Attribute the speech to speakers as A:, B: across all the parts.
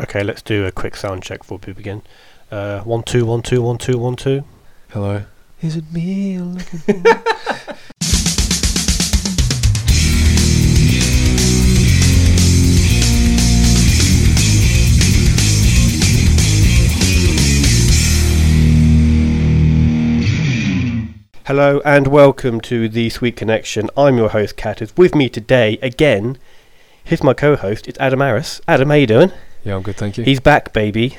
A: Okay, let's do a quick sound check before we begin. Uh, one two one two one two one two.
B: Hello. Is it me you're looking
A: Hello and welcome to the Sweet Connection. I'm your host Catters. With me today again, here's my co-host. It's Adam Harris. Adam, how you doing?
B: Yeah, I'm good, thank you.
A: He's back, baby.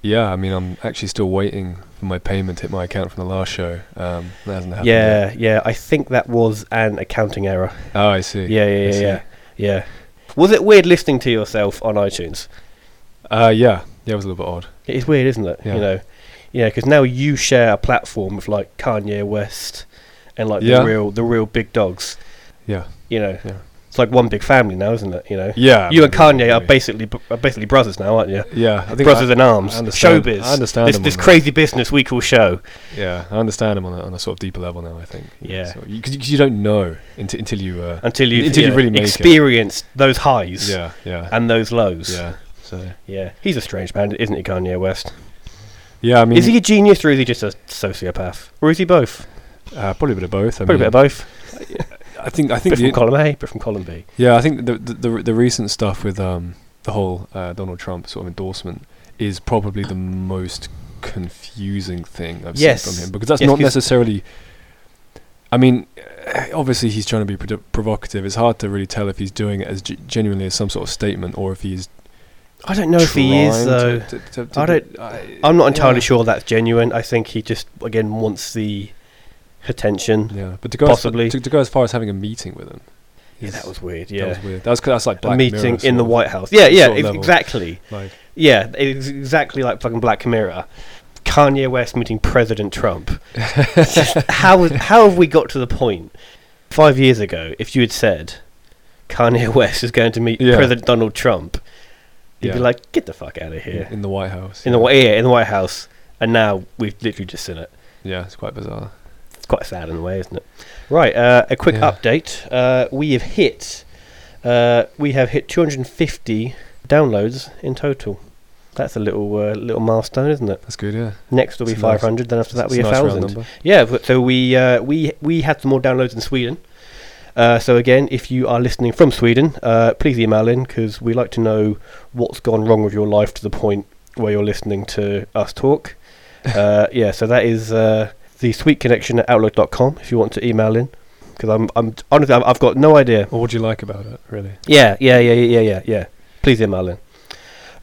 B: yeah, I mean, I'm actually still waiting for my payment to hit my account from the last show. Um, that hasn't happened. yet.
A: Yeah, yeah. I think that was an accounting error.
B: Oh, I see.
A: Yeah, yeah,
B: I
A: yeah,
B: see.
A: yeah, yeah. Was it weird listening to yourself on iTunes?
B: Uh, yeah. Yeah, it was a little bit odd.
A: It is weird, isn't it?
B: Yeah.
A: You know, yeah, because now you share a platform with like Kanye West and like
B: Yeah.
A: the real the real big dogs.
B: Yeah.
A: You know,
B: Yeah.
A: it's like one big family now, isn't it? You know,
B: Yeah.
A: you and
B: I mean,
A: Kanye are
B: definitely.
A: basically br- are basically brothers now, aren't you?
B: Yeah, I think
A: brothers
B: I,
A: in arms,
B: I understand-
A: showbiz.
B: I understand
A: this,
B: him
A: this
B: on that.
A: crazy business we call show.
B: yeah, I understand him on a, on a sort of deeper level now. I think.
A: Yeah.
B: So, you, cause you, 'cause you don't know until, until you. Uh,
A: Until you
B: Until you
A: yeah,
B: really make it.
A: experience those highs
B: yeah, yeah,
A: and those lows.
B: yeah. So
A: Yeah. he's a strange man, isn't he, Kanye West?
B: yeah, I mean,
A: Is he a genius or is he just a sociopath, or is he both?
B: uh, probably a bit of both. I
A: Probably a bit
B: mean,
A: of both.
B: I think I think
A: Bit
B: the,
A: from column A, bit from column B.
B: Yeah, I think the the the, the recent stuff with um, the whole uh, Donald Trump sort of endorsement is probably the most confusing thing I've
A: Yes.
B: seen from him because that's
A: Yes,
B: not
A: 'cause-
B: necessarily. I mean, eh, obviously he's trying to be produ- provocative. It's hard to really tell if he's doing it as g- genuinely as some sort of statement or if he's.
A: I don't know if he is though. I don't- I'm not entirely sure that's genuine. I think he just again wants the attention.
B: Yeah, but to go as fa-
A: Possibly.
B: to, to go as far as having a meeting with him.
A: Yeah,
B: is-
A: that was weird.
B: that
A: Yeah,
B: was weird. That was that's like Black
A: a meeting
B: Mirror
A: in
B: sort
A: the
B: of,
A: White House. Yeah, yeah,
B: sort of
A: ex-
B: level.
A: exactly.
B: Like,
A: Yeah, it's exactly like fucking Black Mirror. Kanye West meeting President Trump. how is- how have we got to the point? Five years ago, if you had said Kanye West is going to meet
B: Yeah.
A: President Donald Trump, you'd be
B: Yeah.
A: like, get the fuck out of
B: in-
A: here.
B: in the White House.
A: in the Whi- yeah, in the White House, and now we've literally just seen it.
B: Yeah, it's quite bizarre.
A: It's quite sad in a way, isn't it? Right, uh, a quick
B: Yeah.
A: update. Uh, we have hit, uh, we have hit 250 downloads in total. That's a little uh, little milestone, isn't it?
B: That's good, yeah.
A: Next will be
B: It's a nice-
A: 500, then after that
B: It's
A: we
B: a
A: a
B: nice round
A: thousand.
B: number.
A: Yeah, but so we uh, we we had some more downloads in Sweden. Uh, so again, if you are listening from Sweden, uh, please email in because we like to know what's gone wrong with your life to the point where you're listening to us talk. Uh, yeah, so that is uh, the sweet connection at outlook.com if you want to email in because I'm I'm honestly I've I've got no idea.
B: What would you like about it, really?
A: Yeah, yeah, yeah, yeah, yeah, yeah. yeah. Please email in.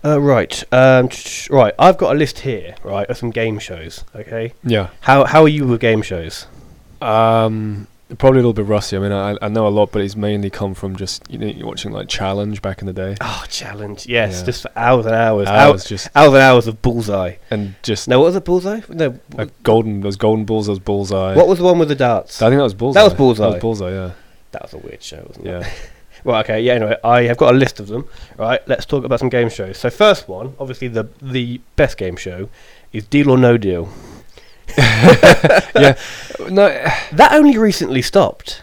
A: Uh, right, um, right. I've got a list here, right, of some game shows. Okay,
B: Yeah.
A: how how are you with game shows?
B: Um, probably a little bit rusty. I mean, I, I know a lot, but it's mainly come from just you know you're watching like Challenge back in the day.
A: Oh, challenge. Yes,
B: Yeah.
A: just for hours and hours.
B: I
A: Hours.
B: was just
A: Hours and hours of bullseye.
B: and just
A: No, what was it? Bullseye? No.
B: uh, golden those golden balls, those bullseye.
A: what was the one with the darts?
B: I think that was bullseye.
A: was Bullseye.
B: That was bullseye. Yeah.
A: That was a weird show, wasn't it?
B: Yeah.
A: Well, okay. Yeah. Anyway, I have got a list of them. Right. Let's talk about some game shows. So, first one, obviously the the best game show, is Deal or No Deal.
B: no. eh,
A: That only recently stopped.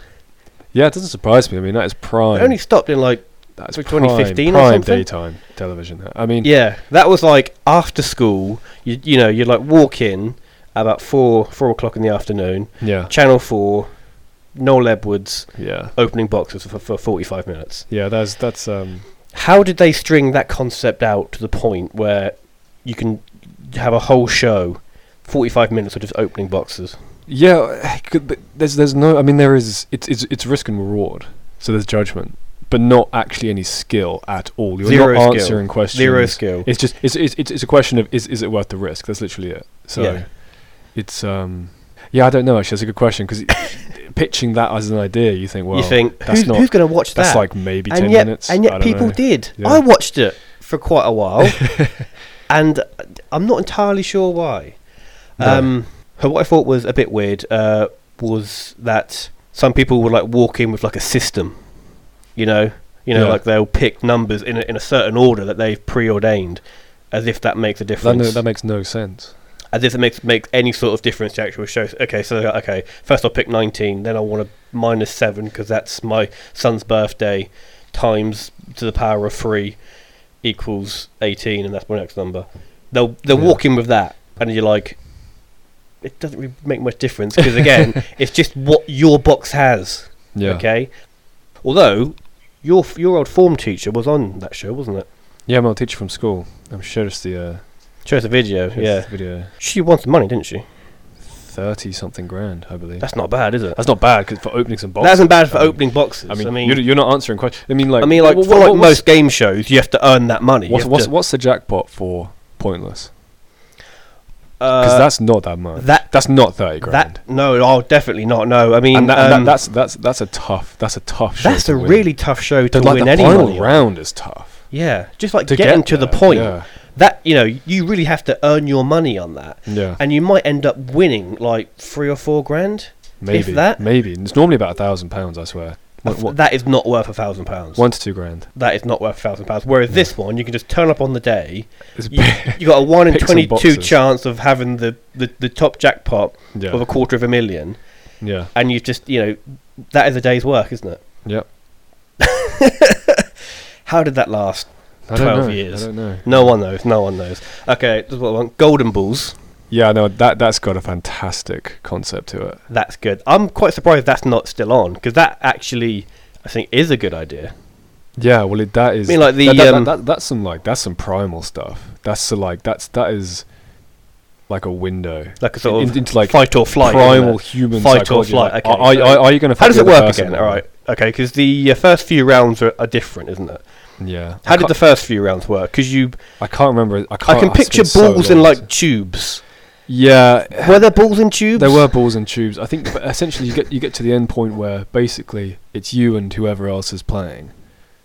B: Yeah, it doesn't surprise me. I mean, that is prime.
A: It only stopped in like
B: that's
A: like
B: prime,
A: 2015 or
B: prime
A: something?
B: daytime television. I mean,
A: yeah. That was like after school. You you know you'd like walk in about four four o'clock in the afternoon.
B: yeah,
A: Channel Four, Noel Edwards
B: yeah,
A: opening boxes for, for forty five minutes.
B: yeah. That's that's um.
A: How did they string that concept out to the point where you can have a whole show, 45 minutes of just opening boxes?
B: Yeah, could- but there's there's no. I mean, there is. It's it's it's risk and reward. So there's judgment, but not actually any skill at all. You're
A: Zero
B: not
A: skill.
B: answering questions.
A: Zero skill.
B: It's just it's it's it's it's a question of is is it worth the risk? That's literally it. So
A: Yeah.
B: it's um. Yeah, I don't know. Actually, that's a good question because pitching that as an idea, you think, well,
A: you think,
B: that's
A: who's,
B: not
A: who's going to watch
B: that's
A: that?
B: like maybe
A: and
B: ten
A: yet,
B: minutes.
A: And
B: I
A: yet
B: don't
A: people
B: know.
A: did.
B: Yeah.
A: I watched it for quite a while, and I'm not entirely sure why.
B: No.
A: Um, What I thought was a bit weird uh, was that some people would like walk in with like a system, you know, you know,
B: Yeah.
A: like they'll pick numbers in a, in a certain order that they've preordained, as if that makes a
B: That, no,
A: difference.
B: that makes no sense.
A: as if it makes makes any sort of difference to actual show. Okay, so okay, first I'll pick 19, then I want to minus seven because that's my son's birthday times to the power of three, equals 18 and that's my next number. They'll they'll
B: Yeah.
A: walk in with that and you're like it doesn't really make much difference because again, it's just what your box has,
B: Yeah.
A: okay? Although your f- your old form teacher was on that show, wasn't it?
B: Yeah, my teacher from school. I'm sure it's the uh,
A: Show us a video.
B: it's
A: Yeah.
B: the video
A: She won some money, didn't she?
B: thirty something grand, I believe.
A: That's not bad, is it?
B: That's not bad 'cause for opening some boxes.
A: That isn't bad for
B: I mean-
A: opening boxes.
B: I mean, you're, you're not answering questions. I mean, like,
A: I mean, like
B: wha- wha-
A: for like
B: wha- what's-
A: most game shows, you have to earn that money.
B: What's, what's, what's the jackpot for Pointless? Because
A: uh,
B: that's not that much.
A: that
B: That's not thirty grand.
A: that no, oh, definitely not. No, I mean,
B: and that, and that-
A: um,
B: that's that's that's a tough. That's a tough. show
A: that's
B: to
A: a
B: win.
A: really tough show to
B: But, like
A: win
B: the
A: any
B: final
A: money on.
B: round is tough.
A: Yeah, just like
B: To
A: getting
B: get
A: to the
B: there,
A: point
B: Yeah.
A: that you know you really have to earn your money on that,
B: yeah.
A: and you might end up winning like three or four grand.
B: Maybe
A: that-
B: Maybe it's normally about a thousand pounds. I swear. One- one-
A: That is not worth a thousand pounds.
B: one to two grand.
A: That is not worth a thousand pounds. Whereas
B: No.
A: this one, you can just turn up on the day.
B: It's
A: You, you got a one in
B: Pick some
A: twenty-two
B: boxes.
A: chance of having the, the, the top jackpot of
B: yeah.
A: a quarter of a million.
B: Yeah.
A: and you've just you know that is a day's work isn't it
B: Yep.
A: how did that last
B: I
A: 12
B: don't know.
A: years.
B: I don't know.
A: no one knows no one knows okay this is what I want. golden balls
B: Yeah, no, that that's got a fantastic concept to it.
A: that's good i'm quite surprised that's not still on because that actually i think is a good idea
B: Yeah, well, it, that is.
A: mean, like, the,
B: that, that,
A: um,
B: that- that's some like that's some primal stuff. That's the, like that's that is like a window
A: like a sort
B: in-
A: of
B: into like
A: fight or flight isn't
B: primal
A: it?
B: human
A: Fight or
B: psychology.
A: flight,
B: like,
A: okay,
B: are, are,
A: so-
B: are, are you going to?
A: how does it work again all right okay because the uh, first few rounds are, are different isn't it
B: Yeah.
A: how
B: I
A: did the
B: can't-
A: first few rounds work because you
B: I can't remember. I,
A: i
B: can't,
A: can
B: it's
A: picture
B: been so
A: balls
B: long
A: in like
B: since-
A: tubes
B: Yeah,
A: were there balls in tubes
B: There were balls and tubes. I think but essentially you get you get to the end point where basically it's you and whoever else is playing,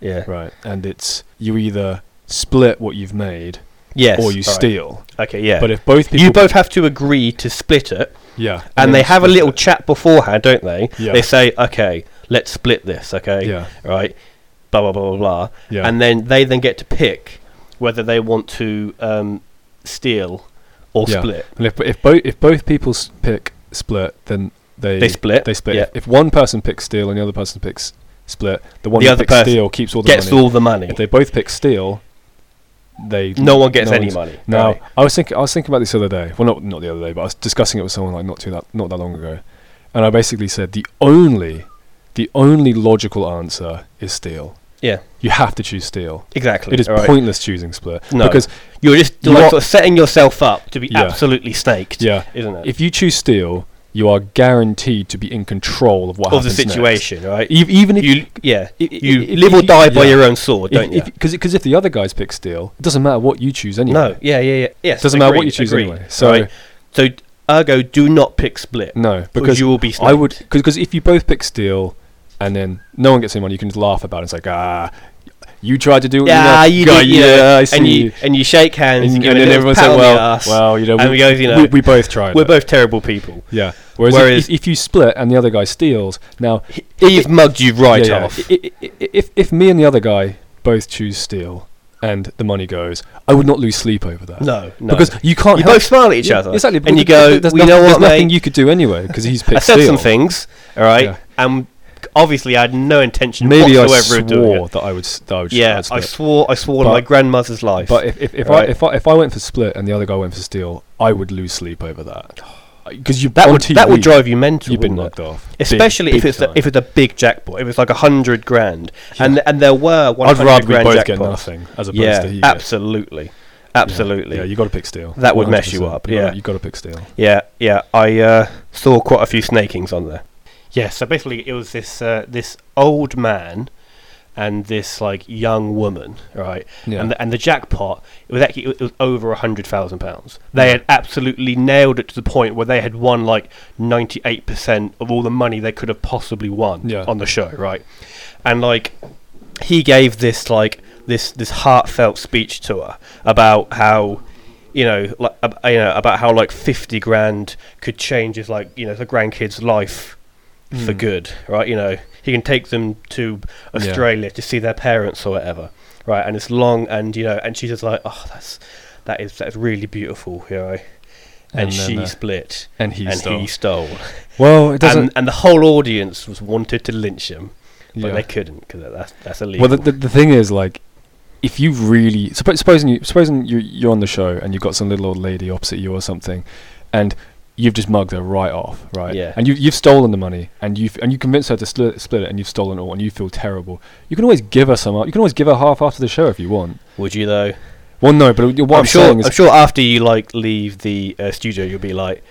A: yeah
B: right? And it's you either split what you've made
A: yes
B: or you
A: all right.
B: steal.
A: okay yeah
B: But if both people,
A: you both have to agree to split it
B: yeah,
A: and they
B: then
A: have a
B: split
A: little
B: it.
A: chat beforehand, don't they?
B: Yeah.
A: They say, okay, let's split this, okay,
B: yeah,
A: right, blah blah blah blah blah,
B: yeah,
A: and then they then get to pick whether they want to um, steal or
B: Yeah.
A: split.
B: And if if both if both people s- pick split, then they
A: They split,
B: They split.
A: yeah.
B: If one person picks steal and the other person picks split, the one
A: The
B: who
A: other
B: picks
A: person
B: steal keeps all the
A: Gets
B: money.
A: all the money.
B: if they both pick steal, they
A: no one gets
B: no
A: any
B: one's-
A: money.
B: No,
A: right.
B: I was thinking. I was thinking about this the other day. Well, not not the other day, but I was discussing it with someone like not too that not that long ago, and I basically said the only, the only logical answer is steel.
A: Yeah.
B: You have to choose steel.
A: exactly.
B: It is
A: all right.
B: pointless choosing split
A: No.
B: because
A: You're just
B: You
A: like,
B: are-
A: sort of setting yourself up to be
B: Yeah.
A: absolutely snaked,
B: yeah,
A: isn't it?
B: if you choose steel, you are guaranteed to be in control of what
A: of the
B: happens next.
A: situation, right?
B: Ev- even if
A: You, yeah,
B: if-
A: you
B: if- if-
A: live
B: if
A: or
B: you-
A: die by
B: yeah.
A: your own sword, don't you?
B: because because if the other guys pick steel, it doesn't matter what you choose anyway.
A: No, yeah, yeah, yeah. Yes,
B: doesn't matter what
A: agreed,
B: you choose
A: agreed.
B: anyway. So
A: Right. So, ergo, do not pick split
B: no, because
A: because you will be. Sniped.
B: I would because if you both pick steel and then no one gets anyone, you can just laugh about it. It's like ah, you tried to do what
A: Yeah, Ah, you
B: you know.
A: did, you
B: yeah,
A: know,
B: I see.
A: and you and you shake hands,
B: and,
A: and, you
B: and
A: give
B: then
A: a everyone
B: everyone
A: pat
B: said,
A: on the
B: well,
A: ass.
B: well, you know,
A: and
B: we,
A: we go, you know,
B: we, we both tried.
A: we're
B: it."
A: both terrible people.
B: yeah. Whereas, if-
A: Whereas-
B: if, if you split and the other guy steals, now
A: He's mugged you right
B: yeah, yeah,
A: off.
B: i- i- i- if if me and the other guy both choose steel and the money goes, I would not lose sleep over that.
A: no, no,
B: because you can't.
A: you
B: help-
A: both smile at each
B: Yeah,
A: other,
B: Exactly.
A: and you
B: because
A: go,
B: there's
A: "We
B: nothing-
A: know what,
B: There's nothing
A: mate?
B: you could do anyway because he's picked
A: I said
B: steel.
A: some things, all right,
B: Yeah.
A: and obviously I had no intention
B: Maybe I
A: whatsoever of doing
B: swore
A: it.
B: that I would. s- That I would
A: Yeah,
B: I'd
A: I
B: split.
A: swore, I swore on
B: But-
A: my grandmother's life.
B: But if if, if, I,
A: Alright.
B: if I if I went for split and the other guy went for steel, I would lose sleep over that because you
A: that
B: on
A: would
B: TV,
A: that would drive you mental,
B: You've been
A: wouldn't it?
B: knocked off, Big-
A: Especially
B: big
A: if it's
B: time.
A: a, if it's a big jackpot, if it's like a hundred grand, and and there were one
B: I'd rather
A: hundred
B: we
A: grand
B: both
A: jackpots.
B: get nothing as opposed
A: yeah,
B: to he gets-
A: absolutely,
B: Yeah,
A: absolutely.
B: Yeah,
A: Yeah,
B: you got to pick steel.
A: That would mess you up, yeah.
B: you got to pick steel.
A: yeah. I uh, saw quite a few snakings on there. Yeah, so basically it was this uh, this old man and this like young woman, right?
B: Yeah,
A: And the, and the jackpot it was actually it was over a hundred thousand pounds. They had absolutely nailed it to the point where they had won like ninety eight percent of all the money they could have possibly won
B: Yeah.
A: on the show, right? And like he gave this like this this heartfelt speech to her about how you know like ab- you know about how like 50 grand could change his like you know the grandkids life for
B: Mm.
A: good right you know he can take them to
B: Yeah.
A: australia to see their parents or whatever right and it's long and you know and she's just like oh that's that is that's really beautiful you know and,
B: And then,
A: she
B: uh,
A: split
B: and he
A: and
B: stole.
A: he stole
B: well, it doesn't.
A: and, and the whole audience was wanted to lynch him but
B: yeah.
A: they couldn't because that's that's illegal
B: Well, the, the the thing is like. if you really suppo- supposing you supposing you you're on the show and you've got some little old lady opposite you or something, and you've just mugged her right off, right?
A: Yeah.
B: And you you've stolen the money and you have and you convinced her to split, split it and you've stolen it all and you feel terrible. You can always give her some. You can always give her half after the show if you want.
A: Would you though?
B: Well, no, but what I'm,
A: I'm sure.
B: saying is
A: I'm sure after you like leave the uh, studio, you'll be like,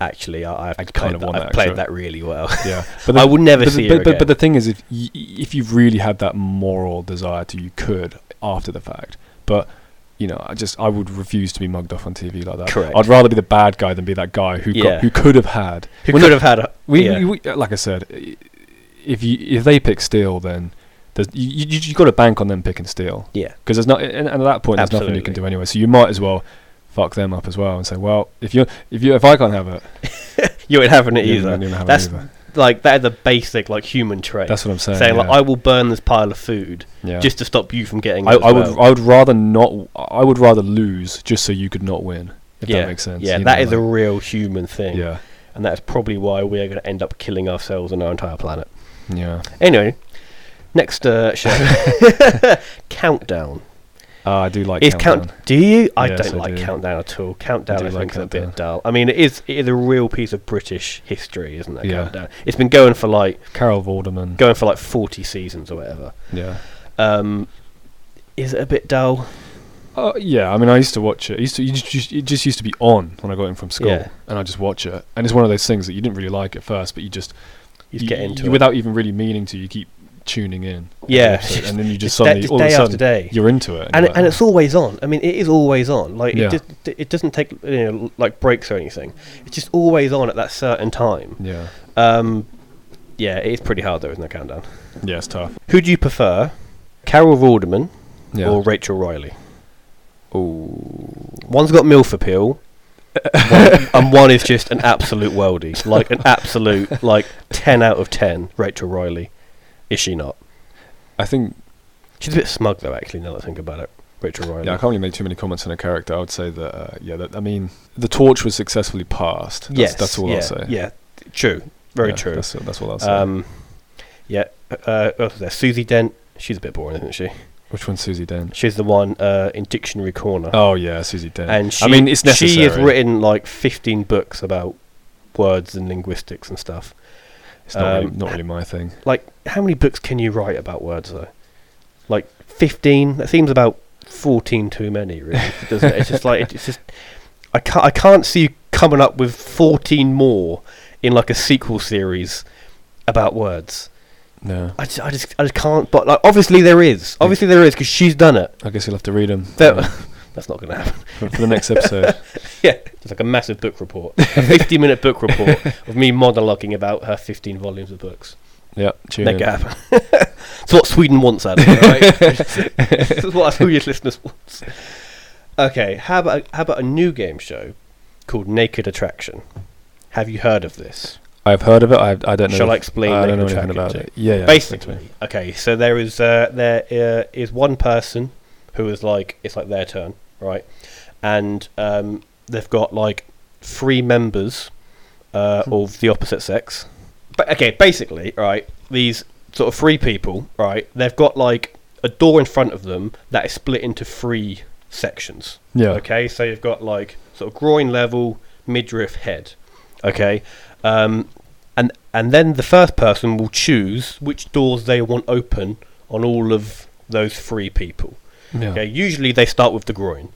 A: actually, I, I've
B: I
A: played
B: kinda
A: that-
B: want
A: I've
B: that,
A: played
B: actually.
A: that really well.
B: yeah.
A: I would never
B: but,
A: see
B: but,
A: her
B: but, but
A: again.
B: the thing is, if y- if you really had that moral desire to, you could after the fact. But you know, I just I would refuse to be mugged off on TV like that.
A: Correct.
B: I'd rather be the bad guy than be that guy who
A: Yeah.
B: got, who could have had.
A: Who
B: We're
A: could
B: not-
A: have had a
B: We,
A: yeah.
B: we, we- like I said, i- if you if they pick Steele, then there's, you you you got to bank on them picking Steele
A: yeah.
B: because there's not and, and at that point there's nothing you can
A: Absolutely.
B: do anyway. So you might as well fuck them up as well and say, well, if you if you if I can't have it,
A: You ain't having it
B: you
A: either.
B: don't even have it
A: That's
B: either.
A: Like that is a basic like human trait.
B: That's what I'm saying.
A: saying
B: yeah.
A: like I will burn this pile of food
B: yeah.
A: just to stop you from getting.
B: I,
A: it as
B: I
A: well.
B: would I would rather not I would rather lose just so you could not win. If
A: yeah,
B: that makes sense.
A: Yeah,
B: you
A: that
B: know,
A: is a
B: like-
A: real human thing.
B: yeah
A: And that's probably why we are going to end up killing ourselves and our entire planet.
B: yeah.
A: Anyway, next uh, show Countdown.
B: Uh, I do like
A: Is
B: countdown.
A: count? Do you? I
B: Yes,
A: don't
B: I
A: like
B: do.
A: Countdown at all. Countdown, I,
B: do
A: think,
B: like
A: is a bit
B: Countdown.
A: dull. I mean, it is it is a real piece of British history, isn't it?
B: Yeah.
A: Countdown. It's been going for like
B: Carol Vorderman.
A: going for like forty seasons or whatever.
B: Yeah.
A: Um, is it a bit dull?
B: Uh, yeah, I mean, I used to watch it. It used to, you just, it just used to be on when I got in from school,
A: Yeah.
B: and I just watch it. And it's one of those things that you didn't really like at first, but you just
A: You just get into
B: you-
A: it.
B: without even really meaning to. You keep tuning in. every
A: Yeah.
B: episode, and then you just
A: It's da-
B: suddenly
A: just
B: all of a
A: day after
B: sudden
A: day.
B: you're into it.
A: and
B: you're
A: it, and
B: like,
A: it's always on. I mean, it is always on. Like
B: Yeah.
A: it, just, it doesn't take you know like breaks or anything. It's just always on at that certain time.
B: yeah,
A: Um, yeah, it is pretty hard though, isn't it? Countdown.
B: yeah, it's tough.
A: Who do you prefer, Carol Vorderman
B: Yeah.
A: or Rachel Riley? Ooh, one's got milf appeal, one- and one is just an absolute worldie, like an absolute like ten out of ten. Rachel Riley, is she not?
B: I think
A: She's a bit smug though, actually. Now that I think about it, Rachel Riley.
B: Yeah, I can't really make too many comments on her character. I would say that, uh, yeah, that, I mean, the torch was successfully passed. That's,
A: yes,
B: that's all
A: yeah,
B: I'll say.
A: Yeah, true, very
B: Yeah,
A: true.
B: That's, that's all I'll say.
A: Um, yeah, uh, what was there? Susie Dent. She's a bit boring, isn't she?
B: Which one's Susie Dent?
A: She's the one uh, in Dictionary Corner,
B: Oh yeah, Susie Dent.
A: and she,
B: I mean, it's necessary.
A: she has written like fifteen books about words and linguistics and stuff.
B: It's not, really,
A: um,
B: not really my thing.
A: Like, how many books can you write about words though? Like fifteen. That seems about fourteen too many, really. Doesn't it? It's just like it's just I can't I can't see you coming up with fourteen more in like a sequel series about words.
B: No,
A: I just, I just, I just can't. But like, obviously there is. Obviously there is because she's done it.
B: I guess you'll have to read them
A: That- that's not going to happen.
B: for, for the next episode.
A: Yeah, it's like a massive book report, a fifty-minute book report of me monologuing about her fifteen volumes of books.
B: yeah, tune
A: Make
B: in.
A: it happen. it's what Sweden wants, Adam. Right? this is what our Swedish listeners wants. Okay, how about how about a new game show called Naked Attraction? Have you heard of this?
B: I've heard of it. I, I don't know.
A: Shall I
B: if-
A: explain
B: I don't know
A: Naked
B: anything about
A: Attraction
B: it. Yeah, yeah.
A: basically okay so there is uh, there uh, is one person who is like it's like their turn right and um, they've got like three members uh, of the opposite sex but okay basically right these sort of three people right they've got like a door in front of them that is split into three sections
B: Yeah.
A: Okay, so you've got like sort of groin level, midriff, head. Okay, um, and and then the first person will choose which doors they want open on all of those three people.
B: Yeah.
A: Okay, usually they start with the groin.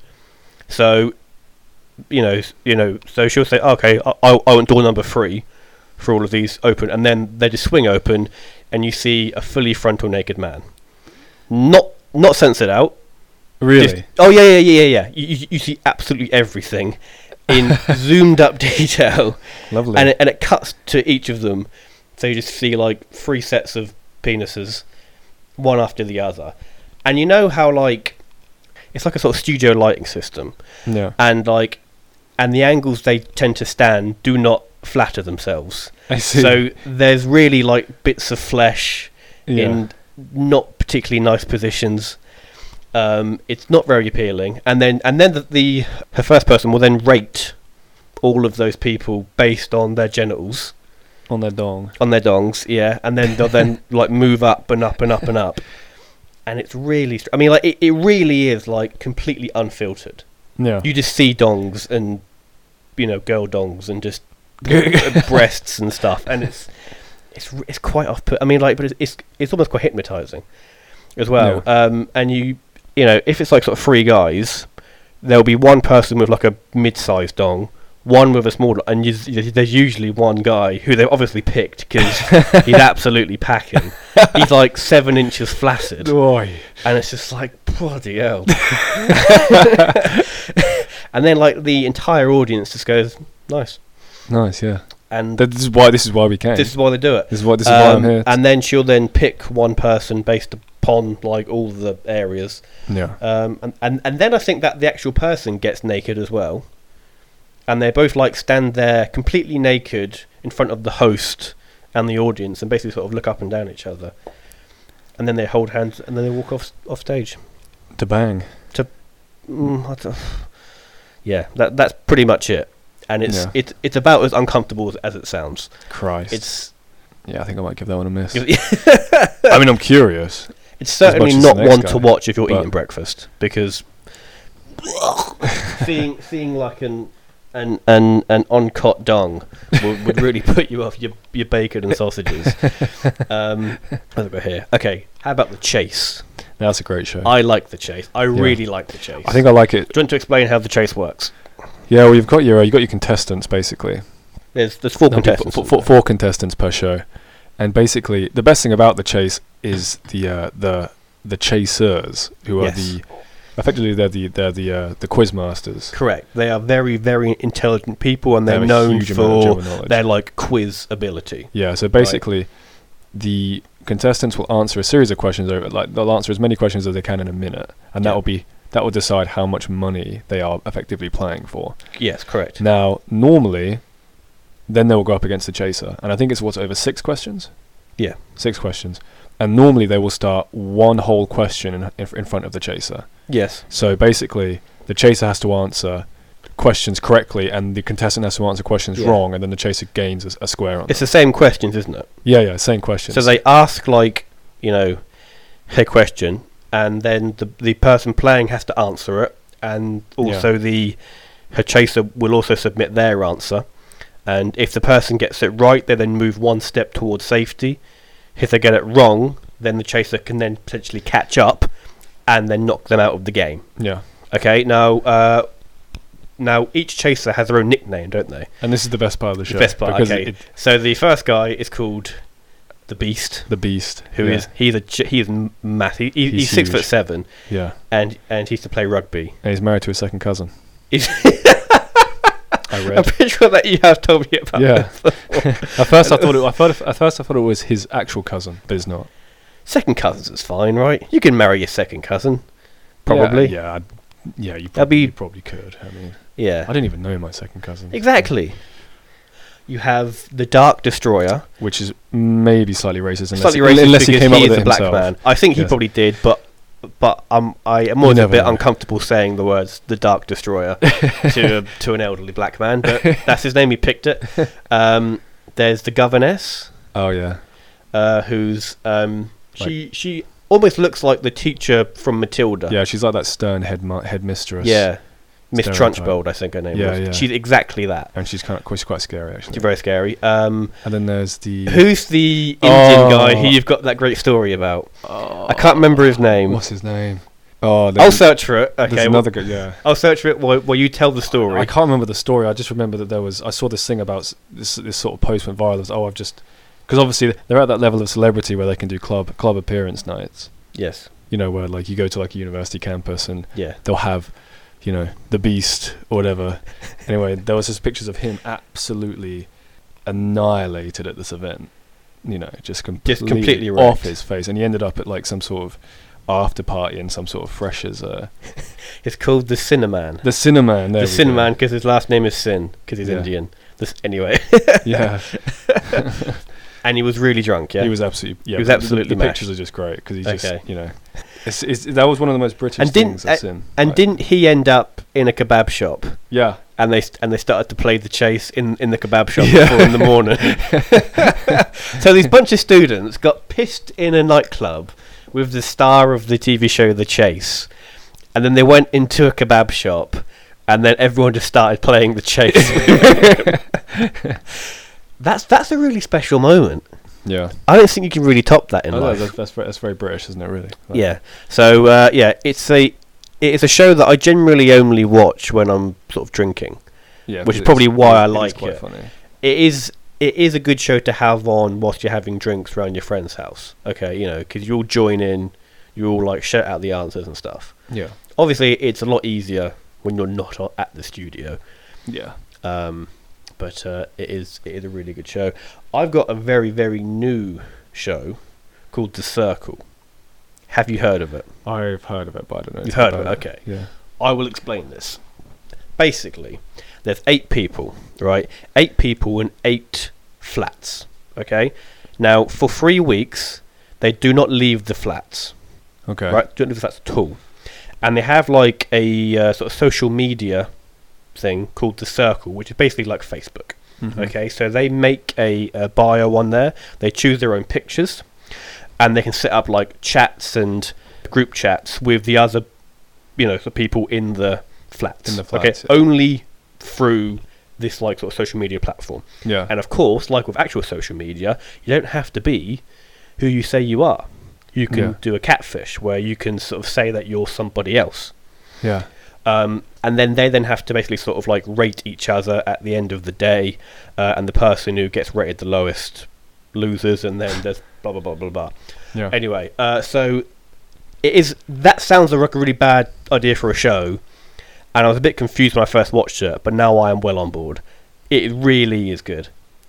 A: So, you know, s- you know, so she'll say, okay, I, I I want door number three for all of these open, and then they just swing open, and you see a fully frontal naked man, not not censored out.
B: Really?
A: Just- oh yeah, yeah, yeah, yeah, yeah. You, you, you see absolutely everything in zoomed up detail,
B: Lovely.
A: and it, and it cuts to each of them, so you just see like three sets of penises, one after the other, and you know how like it's like a sort of studio lighting system,
B: yeah.
A: and like and the angles they tend to stand do not flatter themselves,
B: I see.
A: so there's really like bits of flesh
B: yeah.
A: in not particularly nice positions. Um, it's not very appealing. And then and then the, the her first person will then rate all of those people based on their genitals,
B: on their dong.
A: on their dongs, yeah, and then they'll then like move up and up and up and up. and it's really. Str- I mean, like it, it really is like completely unfiltered.
B: Yeah.
A: You just see dongs and you know girl dongs and just breasts and stuff, and it's it's r- it's quite off. put I mean, like, but it's it's, it's almost quite hypnotizing as well. Um, and you you know, if it's like sort of three guys, there'll be one person with like a mid-sized dong, one with a small, and you, there's usually one guy who they've obviously picked because he's absolutely packing. He's like seven inches flaccid,
B: Oi.
A: and it's just like bloody hell. and then like the entire audience just goes nice,
B: Nice, yeah.
A: and
B: That- This is why this is why we came.
A: this
B: This,
A: is why they do it.
B: is why this is why I'm
A: Um,
B: here.
A: And then she'll then pick one person based upon like all the areas,
B: yeah.
A: um, and, and and then I think that the actual person gets naked as well, and they both like stand there completely naked in front of the host and the audience, and basically sort of look up and down at each other, and then they hold hands and then they walk off off stage.
B: To bang.
A: Mm, I don't- yeah, that that's pretty much it, and it's
B: Yeah.
A: it's it's about as uncomfortable as, as it sounds.
B: Christ.
A: It's
B: yeah, I think I might give that one a miss.
A: it's
B: I mean, I'm curious.
A: certainly
B: as
A: not
B: the next
A: one
B: guy,
A: to watch if you're
B: but-
A: eating breakfast because seeing seeing like an an an, an uncaught dong would, would really put you off your your bacon and sausages. Um, where's it go here? Okay, how about the chase?
B: That's a great show. I,
A: I like the chase. I really like the chase.
B: think I like it.
A: Do you want to explain how the chase works?
B: Yeah, well, you've got your uh, you've got your contestants basically.
A: There's there's four
B: There'll be
A: contestants.
B: Four,
A: isn't
B: four-
A: there?
B: four contestants per show, and basically the best thing about the chase is the uh, the the chasers who are
A: Yes.
B: the effectively they're the they're the uh, the quiz masters.
A: Correct. They are very very intelligent people, and
B: They
A: they're
B: have a
A: known
B: huge amount of
A: for
B: general knowledge.
A: their like quiz ability.
B: Yeah, so basically, the contestants will answer a series of questions over, like they'll answer as many questions as they can in a minute, and
A: Yeah.
B: that will be that will decide how much money they are effectively playing for.
A: Yes, correct.
B: Now, normally, then they will go up against the chaser, and I think it's what's over six questions.
A: Yeah.
B: six questions, and normally they will start one whole question in in, in front of the chaser.
A: Yes.
B: So basically, the chaser has to answer questions correctly, and the contestant has to answer questions
A: Yeah.
B: wrong, and then the chaser gains a, a square on.
A: It's the same questions, isn't it?
B: that. Yeah, yeah, same questions.
A: So they ask like you know a question, and then the the person playing has to answer it, and also the her chaser will also submit their answer. And if the person gets it right, they then move one step towards safety. If they get it wrong, then the chaser can then potentially catch up and then knock them out of the game.
B: yeah.
A: Okay, now uh, now each chaser has their own nickname, don't they?
B: And this is the best part of the show.
A: the best part.
B: because
A: Okay,
B: it-
A: so the first guy is called the Beast.
B: the beast.
A: Who
B: yeah.
A: is he's a ch- he's math he, he- he's,
B: He's
A: six foot
B: huge.
A: seven
B: Yeah.
A: and and he used to play rugby.
B: And he's married to his second cousin.
A: He's-
B: I
A: I'm
B: read.
A: pretty sure that you have told me about.
B: yeah. at first I thought it, I thought at first I thought it was his actual cousin, but it's not.
A: Second cousins is fine, right? You can marry your second cousin, probably. Yeah,
B: Yeah. Yeah, I'd- yeah you,
A: That'd
B: probably,
A: be-
B: you probably could. I mean, I didn't even know my second cousin.
A: exactly. You have the Dark Destroyer,
B: Which is maybe slightly racist. Unless,
A: slightly
B: unless
A: racist
B: he
A: because
B: came up
A: he
B: with
A: is
B: it
A: a black
B: himself.
A: man. I think he
B: Yes.
A: probably did, but but um, I am always a
B: never
A: bit
B: know.
A: uncomfortable saying the words "the Dark Destroyer" to a, to an elderly black man, but that's his name. He picked it. Um, there's the governess,
B: Oh yeah.
A: uh, who's um, she she almost looks like the teacher from Matilda.
B: Yeah, she's like that stern head mu- headmistress.
A: yeah, Miss
B: Stereotype.
A: Trunchbull, I think her name
B: Yeah,
A: was.
B: yeah.
A: She's exactly that.
B: And she's kind of quite, quite scary
A: She's
B: actually.
A: very scary. Um,
B: And then there's the
A: Who's the Indian
B: Oh.
A: guy who you've got that great story about? I can't remember his name.
B: what's his name? Oh,
A: I'll
B: there's,
A: search for it. Okay,
B: there's
A: well-
B: another good yeah.
A: I'll search for it while, while you tell the story.
B: I can't remember the story. I just remember that there was. I saw this thing about s- this this sort of post went viral. It was, oh, I've just because obviously they're at that level of celebrity where they can do club club appearance nights.
A: yes.
B: You know, where like you go to like a university campus and
A: Yeah.
B: they'll have, you know, the Beast or whatever. anyway, there was just pictures of him absolutely annihilated at this event. You know, just completely,
A: completely
B: off
A: wrecked.
B: his face, and he ended up at like some sort of after party in some sort of freshers. Uh,
A: It's called the Cinnamon.
B: the Cinnamon.
A: The
B: There we go.
A: Cinnamon because his last name is Sin because he's
B: Yeah.
A: Indian. This, anyway,
B: Yeah.
A: and he was really drunk. Yeah.
B: He was absolutely. Yeah,
A: He was
B: the-
A: absolutely
B: The,
A: mashed.
B: pictures are just great because he's
A: Okay.
B: just you know, it's, it's, that was one of the most British
A: And didn't- uh,
B: things I've seen.
A: and
B: Like,
A: didn't he end up in a kebab shop?
B: yeah,
A: And they st- and they started to play the chase in, in the kebab shop
B: Yeah.
A: at four in the morning. so these bunch of students got pissed in a nightclub, with the star of the TV show The Chase, and then they went into a kebab shop, and then everyone just started playing The Chase. that's that's a really special moment.
B: Yeah.
A: I don't think you can really top that in
B: I know,
A: life.
B: Oh, that's, that's, very, that's very British, isn't it? Really. Like,
A: Yeah. So uh, yeah, it's a it's a show that I generally only watch when I'm sort of drinking.
B: yeah,
A: which is
B: it's-
A: probably why I
B: is
A: like
B: quite
A: it.
B: Funny.
A: It is it is a good show to have on whilst you're having drinks around your friend's house. Okay, you know, because you'll join in, you'll like shout out the answers and stuff.
B: Yeah.
A: Obviously, it's a lot easier when you're not o- at the studio.
B: Yeah.
A: Um, but uh, it is it is a really good show. I've got a very very new show called The Circle. Have you heard of it?
B: I've heard of it, but I don't know.
A: You've heard of
B: about
A: it, okay.
B: Yeah.
A: I will explain this. Basically, there's eight people, right? Eight people in eight flats, okay? Now, for three weeks, they do not leave the flats,
B: Okay.
A: right? Don't leave the flats at all. And they have like a uh, sort of social media thing called The Circle, which is basically like Facebook.
B: Mhm.
A: Okay, so they make a, a bio on there. They choose their own pictures, and they can set up like chats and group chats with the other, you know, the people in the flats.
B: In the
A: okay,
B: flats, yeah.
A: only through this like sort of social media platform.
B: Yeah.
A: And uh, of course, like with actual social media, you don't have to be who you say you are. You can
B: Yeah.
A: do a catfish where you can sort of say that you're somebody else.
B: yeah.
A: Um, and then they then have to basically sort of like rate each other at the end of the day, uh, and the person who gets rated the lowest loses, and then there's blah blah blah blah blah.
B: Yeah.
A: Anyway, uh, so it is that sounds like a really bad idea for a show, and I was a bit confused when I first watched it, but now I am well on board. It really is good.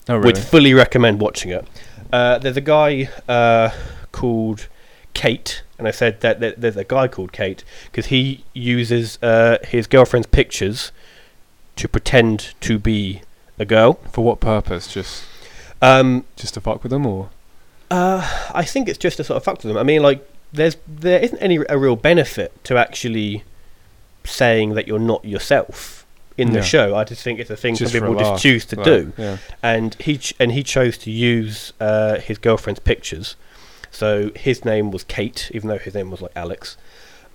B: oh, really?
A: Would fully recommend watching it. Uh, there's a guy uh, called Kate, and I said that that there's a guy called Kate because he uses uh, his girlfriend's pictures to pretend to be a girl.
B: For what purpose? Just
A: Um,
B: just to fuck with them, or
A: uh, I think it's just a sort of fuck with them. I mean, like there's there isn't any a real benefit to actually saying that you're not yourself in the
B: Yeah.
A: show. I just think it's a thing
B: Just
A: some
B: for a
A: people just
B: laugh,
A: choose to
B: like,
A: do.
B: Yeah.
A: and he ch- and he chose to use uh, his girlfriend's pictures. So his name was Kate, even though his name was like Alex.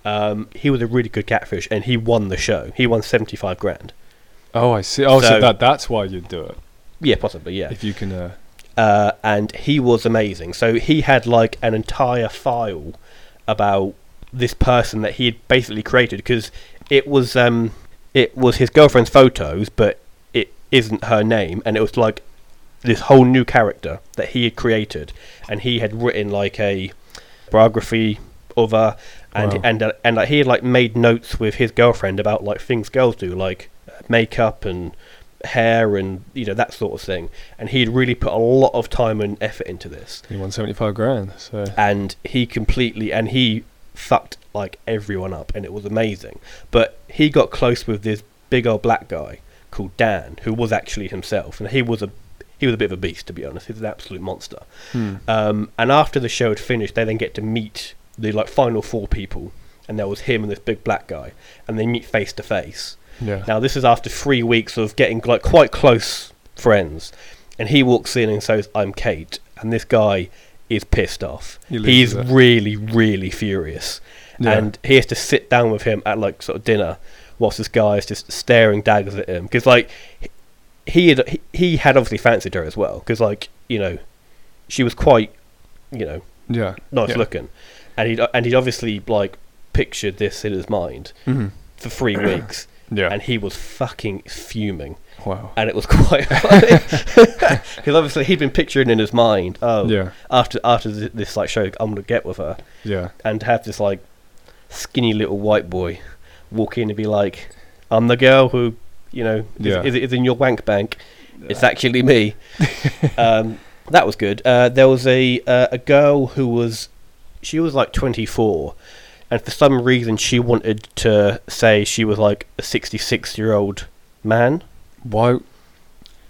A: Um, he was a really good catfish, and he won the show. He won seventy five grand.
B: Oh, I see. Oh, so,
A: So-
B: that that's why you'd do it
A: Yeah, possibly, yeah.
B: if you can. Uh,
A: Uh, and he was amazing. So he had like an entire file about this person that he had basically created because it was um, it was his girlfriend's photos, but it isn't her name, and it was like this whole new character that he had created, and he had written like a biography of her, and
B: Wow.
A: and uh, and like he had like made notes with his girlfriend about like things girls do, like makeup and hair and you know that sort of thing, and he'd really put a lot of time and effort into this,
B: he won seventy five grand. So
A: and he completely and he fucked like everyone up, and it was amazing. But he got close with this big old black guy called Dan, who was actually himself, and he was a he was a bit of a beast to be honest. He was an absolute monster.
B: hmm.
A: Um, and after the show had finished, they then get to meet the like final four people, and there was him and this big black guy, and they meet face to face.
B: yeah.
A: Now this is after three weeks of getting like quite close friends, and he walks in and says, "I'm Kate," and this guy is pissed off.
B: He
A: He's
B: loses it.
A: really, really furious,
B: Yeah.
A: and he has to sit down with him at like sort of dinner, whilst this guy is just staring daggers at him because like he- he had he, he had obviously fancied her as well because like you know she was quite you know
B: yeah.
A: nice
B: Yeah.
A: looking, and he would and he'd obviously like pictured this in his mind
B: Mhm.
A: for three weeks
B: Yeah.
A: and he was fucking fuming,
B: wow.
A: and it was quite funny because obviously he'd been picturing in his mind, oh,
B: Yeah.
A: after after th- this like show, I'm gonna get with her,
B: Yeah.
A: and to have this like skinny little white boy walk in and be like, I'm the girl who, you know, is,
B: Yeah.
A: is, is in your wank bank. It's actually me. um, that was good. Uh, there was a uh, a girl who was, she was like 24, and for some reason she wanted to say she was like a 66 year old man.
B: Why?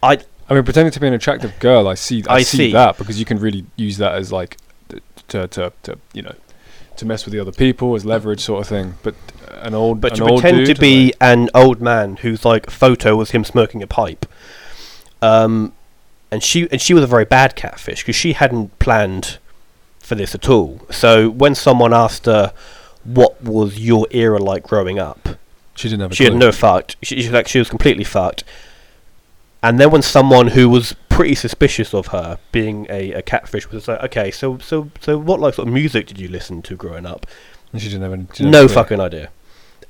A: I
B: I mean, pretending to be an attractive girl, I see. I,
A: I
B: see,
A: see.
B: that because you can really use that as like t- to to, to you know to mess with the other people as leverage sort of thing. But an old
A: but
B: an
A: to
B: old
A: pretend
B: dude,
A: to be an old man whose like photo was him smoking a pipe um and she and she was a very bad catfish because she hadn't planned for this at all. So when someone asked her what was your era like growing up,
B: She didn't have a
A: she
B: clue.
A: had no fucked. She, she, like, she was completely fucked. And then when someone who was pretty suspicious of her being a, a catfish was like, okay, so so so what like sort of music did you listen to growing up?
B: And she didn't have any. she didn't have
A: No
B: a clue.
A: fucking idea.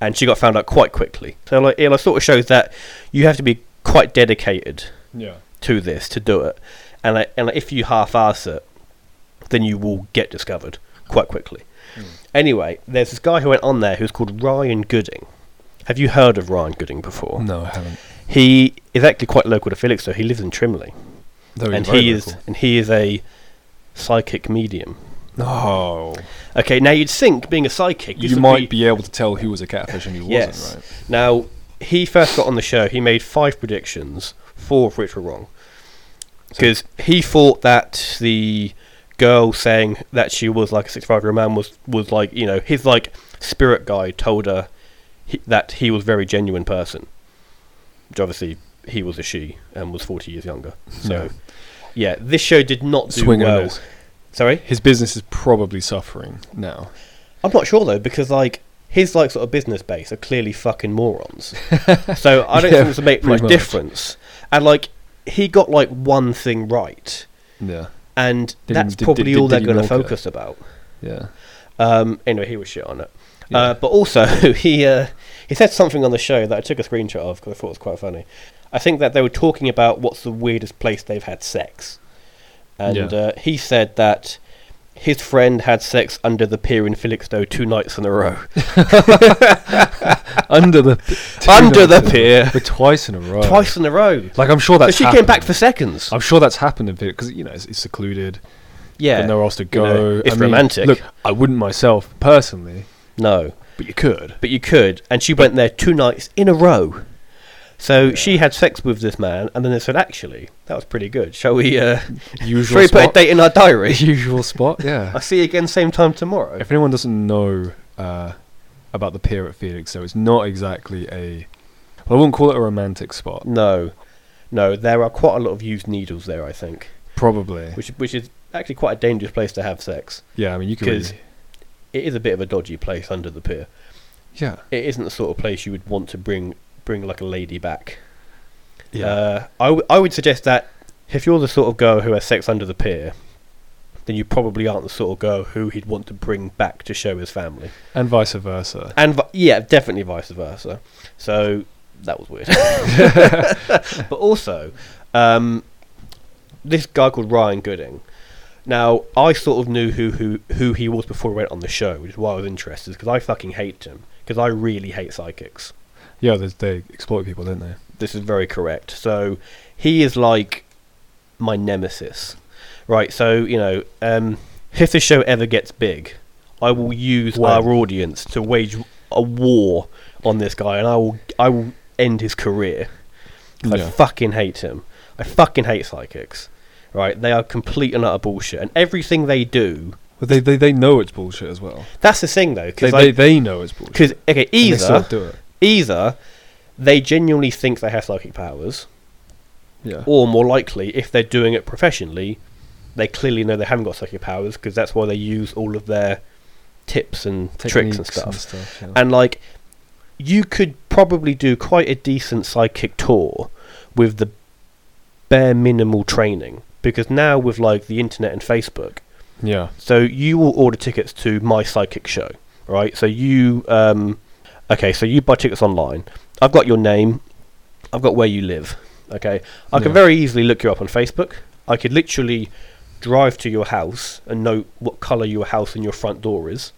A: And she got found out quite quickly. So like it like, sort of shows that you have to be quite dedicated
B: Yeah.
A: to this to do it, and like, and like, if you half-ass it, then you will get discovered quite quickly.
B: Mm.
A: Anyway, there's this guy who went on there who's called Ryan Gooding. Have you heard of Ryan Gooding before?
B: No, I haven't.
A: He is actually quite local to Felix, so he lives in Trimley,
B: Though
A: and
B: Oh, he's very
A: he is
B: vocal.
A: and he is a psychic medium.
B: Oh,
A: Okay, now you'd think being a psychic, this
B: you
A: would
B: might be, able to tell who was a catfish and who
A: Yes.
B: wasn't,
A: Now, he first got on the show, he made five predictions, four of which were wrong. Because he thought that the girl saying that she was like a 65 year old man was, was like, you know, his like spirit guide told her he, that he was a very genuine person. Which obviously he was a she and was 40 years younger. So, yeah, this show did not
B: right?
A: do
B: Swing and a
A: well.
B: miss.
A: Sorry?
B: His business is probably suffering now.
A: I'm not sure though, because like his like sort of business base are clearly fucking morons. so I don't
B: Yeah,
A: think it's make
B: pretty
A: much,
B: much.
A: difference. And like he got like one thing right,
B: Yeah.
A: and
B: Did he-
A: that's
B: did-
A: probably
B: did-
A: all
B: did
A: they're
B: he
A: going to
B: milk it?
A: focus about.
B: Yeah.
A: Um, anyway, he was shit on it.
B: Yeah.
A: Uh, but also he uh, he said something on the show that I took a screenshot of because I thought it was quite funny. I think that they were talking about what's the weirdest place they've had sex, and
B: Yeah.
A: uh, he said that his friend had sex under the pier in Felixstowe two nights in a row.
B: Under the two
A: Under the
B: nights in a-
A: pier.
B: but twice in a row.
A: twice in a row.
B: Like I'm sure
A: But
B: that's.
A: she came
B: happened.
A: back for seconds.
B: I'm sure that's happened in because you know it's, it's secluded.
A: yeah.
B: Got nowhere else to go.
A: know, it's
B: I mean,
A: romantic.
B: Look, I wouldn't myself personally,
A: No.
B: but you could.
A: But you could. And she went there two nights in a row. So she had sex with this man, and then they said, actually, that was pretty good. Shall we, uh, shall
B: Usual
A: we put a
B: spot.
A: date in our diary?
B: Usual spot. Yeah.
A: I'll see you again same time tomorrow.
B: If anyone doesn't know uh, about the pier at Felix, so it's not exactly a. Well, I wouldn't call it a romantic spot.
A: No. No, there are quite a lot of used needles there, I think,
B: Probably.
A: which, which is actually quite a dangerous place to have sex.
B: Yeah, I mean you could.
A: 'Cause-
B: really-
A: It is a bit of a dodgy place under the pier.
B: yeah.
A: It isn't the sort of place you would want to bring, bring like a lady back.
B: Yeah.
A: Uh, I, w- I would suggest that if you're the sort of girl who has sex under the pier, then you probably aren't the sort of girl who he'd want to bring back to show his family.
B: and vice versa.
A: And vi- yeah, definitely vice versa. So that was weird. but also, um, this guy called Ryan Gooding. Now, I sort of knew who, who, who he was before he went on the show, which is why I was interested, because I fucking hate him, because I really hate psychics.
B: Yeah, they, they exploit people, don't they?
A: this is very correct. So he is like my nemesis, right? So you know, um, if this show ever gets big, I will use
B: Well-
A: our audience to wage a war on this guy, and I will I will end his career. I
B: Yeah.
A: fucking hate him. I fucking hate psychics. Right? They are complete and utter bullshit, and everything they do.
B: But they, they they know it's bullshit as well.
A: That's the thing, though,
B: They,
A: because
B: they they know it's bullshit.
A: because okay,
B: and they
A: either
B: still do it.
A: either they genuinely think they have psychic powers.
B: Yeah.
A: or more likely, if they're doing it professionally, they clearly know they haven't got psychic powers because that's why they use all of their tips and tricks and
B: Techniques
A: stuff. And,
B: stuff, yeah.
A: like, you could probably do quite a decent psychic tour with the bare minimal training because now with like the internet and Facebook,
B: yeah.
A: so you will order tickets to my psychic show, right? So you, um, okay, so you buy tickets online. I've got your name. I've got where you live. Okay, I can
B: Yeah.
A: very easily look you up on Facebook. I could literally drive to your house and know what color your house and your front door is.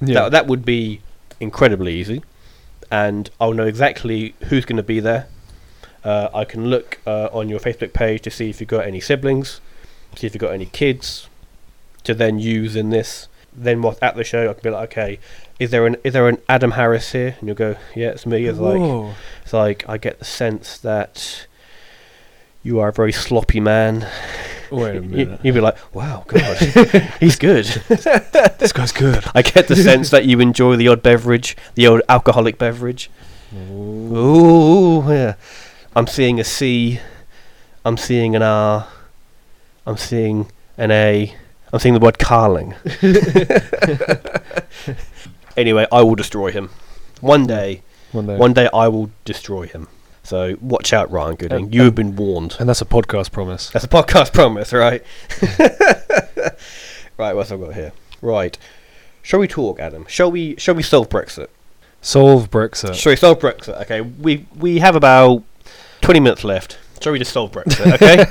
B: Yeah.
A: That that would be incredibly easy, and I'll know exactly who's going to be there. Uh, I can look uh, on your Facebook page to see if you've got any siblings, see if you've got any kids, to then use in this. Then what at the show, I can be like, okay, is there an is there an Adam Harris here? And you'll go, yeah, it's me. It's like
B: Whoa.
A: it's like I get the sense that you are a very sloppy man.
B: Wait a
A: You,
B: minute.
A: you'd be like, wow, God, he's good.
B: this guy's good.
A: I get the sense that you enjoy the odd beverage, the old alcoholic beverage. Ooh, yeah. I'm seeing a C. I'm seeing an R. I'm seeing an A. I'm seeing the word Carling. anyway, I will destroy him. One day,
B: One day.
A: one day I will destroy him. So watch out, Ryan Gooding.
B: Um,
A: you have been warned.
B: and that's a podcast promise.
A: That's a podcast promise, right? right, what's I've got here? Right. Shall we talk, Adam? Shall we shall we solve Brexit?
B: Solve Brexit.
A: Shall we solve Brexit? Okay. We we have about twenty minutes left. Shall we just solve Brexit, okay?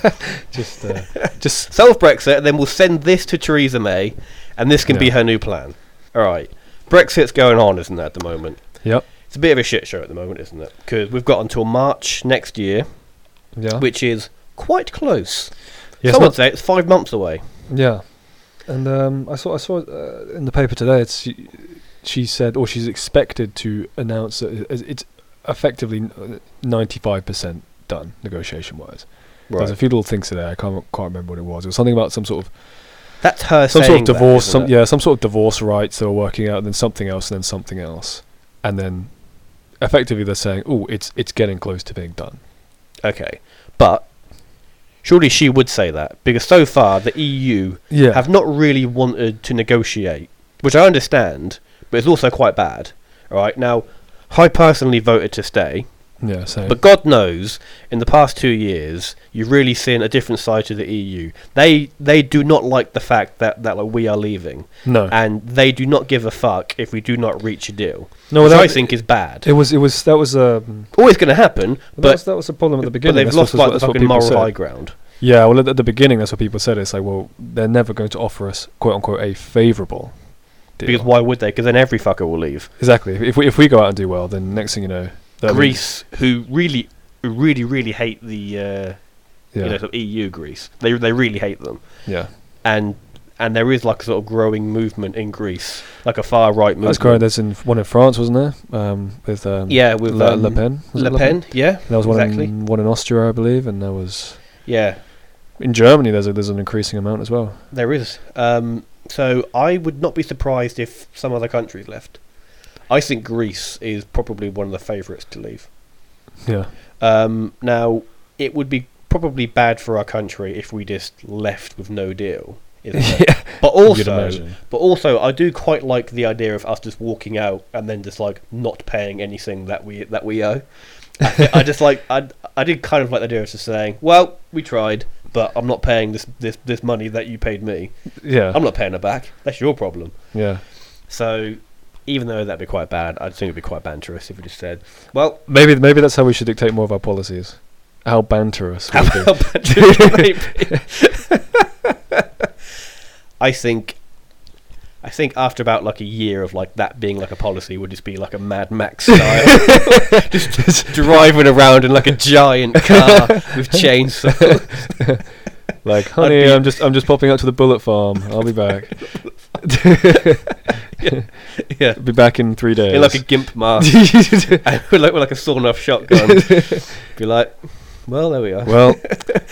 B: Just, uh, just
A: solve Brexit and then we'll send this to Theresa May and this can be
B: Yeah.
A: her new plan. Alright. Brexit's going on, isn't it, at the moment?
B: yep.
A: It's a bit of a shit show at the moment, isn't it? Because we've got until March next year,
B: Yeah.
A: which is quite close.
B: Yeah, it's
A: Some would
B: not-
A: say it's five months away.
B: Yeah, and um, I saw I saw uh, in the paper today. It's she, she said, or she's expected to announce that it- it's effectively ninety five percent done negotiation wise. There's a few little things today. I can't can't remember what it was. It was something about some sort of
A: That's her
B: some sort
A: saying
B: of
A: that,
B: divorce.
A: isn't
B: some
A: it?
B: yeah, some sort of divorce rights they were working out, and then something else, and then something else, and then effectively they're saying, oh, it's it's getting close to being done.
A: Okay, but surely she would say that because so far the EU
B: Yeah.
A: have not really wanted to negotiate, which I understand, but it's also quite bad. All right, now I personally voted to stay,
B: yeah. Same.
A: but God knows in the past two years you've really seen a different side to the EU. They they do not like the fact that that like, we are leaving,
B: no.
A: and they do not give a fuck if we do not reach a deal.
B: No.
A: which
B: that-
A: I think is bad.
B: it was. It was. That was um,
A: Always going to happen,
B: that was,
A: but
B: that was a problem at the beginning.
A: but they've
B: That's
A: lost
B: what-
A: like
B: that's
A: the
B: what
A: fucking
B: people
A: moral
B: said.
A: high ground.
B: Yeah, well, at the- the beginning, that's what people said. It's like, well, they're never going to offer us "quote unquote" a favourable deal.
A: Because why would they? Because then every fucker will leave.
B: exactly, if we if we go out and do well, then next thing you know, that
A: Greece, who really, who really, really hate the uh,
B: means- yeah,
A: you know sort of EU Greece, they they really hate them,
B: yeah,
A: and and there is like a sort of growing movement in Greece, like a far right movement.
B: that's correct. There's in one in France, wasn't there? Um, with um,
A: Yeah, with
B: Le,
A: um,
B: Le Pen. Was it
A: Le Pen, yeah,
B: There was one
A: exactly.
B: in one in Austria, I believe, and there was
A: yeah,
B: in Germany. There's a, there's an increasing amount as well.
A: there is. Um, so I would not be surprised if some other countries left. I think Greece is probably one of the favourites to leave.
B: Yeah,
A: Um, now, it would be probably bad for our country if we just left with no deal. isn't it? But
B: you could
A: also,
B: imagine.
A: but also, I do quite like the idea of us just walking out and then just like not paying anything that we that we owe. I, I just like I I did kind of like the idea of just saying, well, we tried, but I'm not paying this this this money that you paid me.
B: Yeah,
A: I'm not paying it back. That's your problem.
B: yeah.
A: So. Even though that'd be quite bad, I think it'd be quite banterous if we just said, "Well,
B: Maybe maybe that's how we should dictate more of our policies. How banterous.
A: How
B: we be.
A: about Patrick Bateman? I think I think after about like a year of like that being like a policy would just be like a Mad Max style. just driving around in like a giant car with chainsaw.
B: Like, honey,
A: be-
B: I'm just I'm just popping out to the bullet farm. I'll be back.
A: yeah.
B: be back in three days.
A: In like a gimp mask. and with like with like a sawn off shotgun. be like well, there we are.
B: well,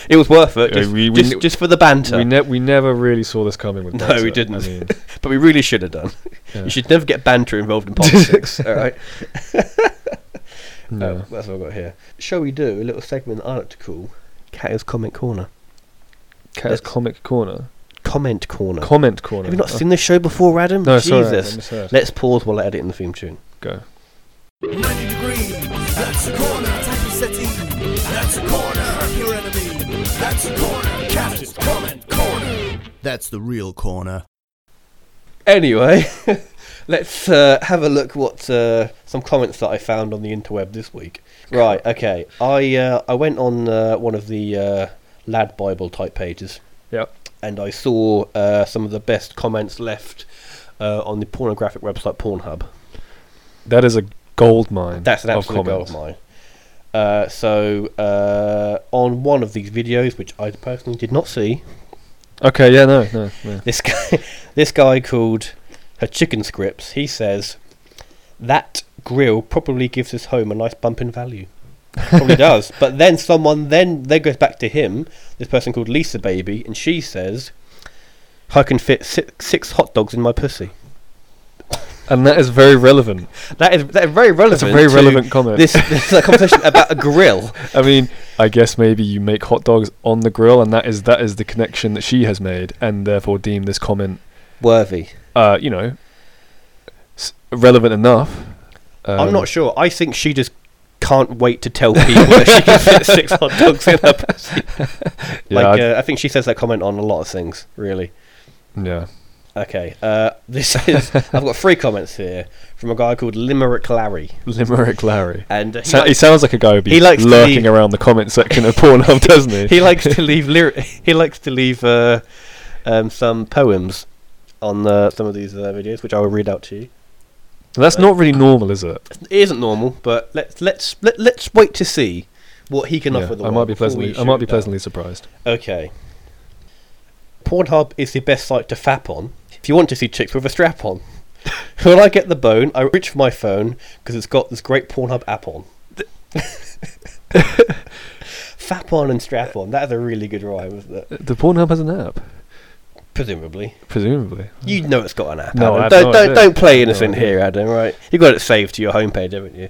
A: It was worth it,
B: Yeah,
A: just,
B: we- we
A: just,
B: kn-
A: just for the banter.
B: we, ne- we never really saw this coming with
A: No,
B: Brexit.
A: we didn't.
B: I mean,
A: but we really should have done.
B: yeah.
A: You should never get banter involved in politics. all right.
B: No.
A: Oh, that's what I've got here. Shall we do a little segment I like to call Cat's Comment Corner?
B: Cat's Comic Corner.
A: Comment Corner.
B: Comment Corner.
A: Have you not
B: Oh,
A: seen this show before, Adam?
B: No, sorry. I
A: Jesus.
B: misheard.
A: Let's pause while I edit in the theme tune.
B: Go.
C: 90 degrees, that's a corner. Type of settee, that's a corner. Your enemy, that's a corner. Captain's comment corner. That's the real corner.
A: Anyway, let's uh, have a look what uh, some comments that I found on the interweb this week. Right, okay. I uh, I went on uh, one of the uh, Lad Bible type pages
B: Yep.
A: and I saw uh, some of the best comments left uh, on the pornographic website Pornhub.
B: That is a gold mine.
A: That's an
B: of
A: absolute
B: comments.
A: gold mine. Uh, so uh, on one of these videos, which I personally did not see,
B: Okay, yeah, no, no, no.
A: this guy, this guy called her chicken scripts. He says that grill probably gives his home a nice bump in value. Probably does. But then someone then then goes back to him. This person called Lisa Baby, and she says, "I can fit six, six hot dogs in my pussy."
B: and that is very relevant.
A: That is that is very relevant.
B: That's a very
A: to
B: relevant comment.
A: This, this is a conversation about a grill.
B: I mean, I guess maybe you make hot dogs on the grill, and that is that is the connection that she has made, and therefore deem this comment,
A: Worthy.
B: uh, you know, s- relevant enough.
A: I'm
B: Um,
A: not sure. I think she just can't wait to tell people that she can fit six hot dogs in her pussy.
B: Yeah,
A: like,
B: I-
A: uh, I think she says that comment on a lot of things, really.
B: yeah.
A: Okay, uh, this is. I've got three comments here from a guy called Limerick Larry,
B: Limerick Larry.
A: and uh, he,
B: So, he sounds like a guy who'd be
A: He likes to
B: lurking
A: leave-
B: around the comment section of Pornhub, doesn't he?
A: li- he likes to leave lyri- he likes to leave uh, um, some poems on uh, some of these uh, videos, which I will read out to you.
B: That's not really normal, is it?
A: It isn't normal, but let's let's let, let's wait to see what he can
B: Yeah,
A: offer the
B: I
A: world
B: might be
A: before we
B: pleasantly, I
A: shoot
B: might be
A: it down.
B: pleasantly surprised.
A: Okay. Pornhub is the best site to fap on if you want to see chicks with a strap on. when I get the bone, I reach for my phone because it's got this great Pornhub app on. fap on and strap on. That is a really good rhyme, isn't it?
B: The Pornhub has an app,
A: Presumably.
B: presumably.
A: You know it's got an app.
B: No,
A: Adam.
B: I have
A: don't
B: no
A: don't,
B: idea.
A: don't play
B: No
A: innocent
B: idea.
A: here, Adam. Right? You got it saved to your homepage, haven't you?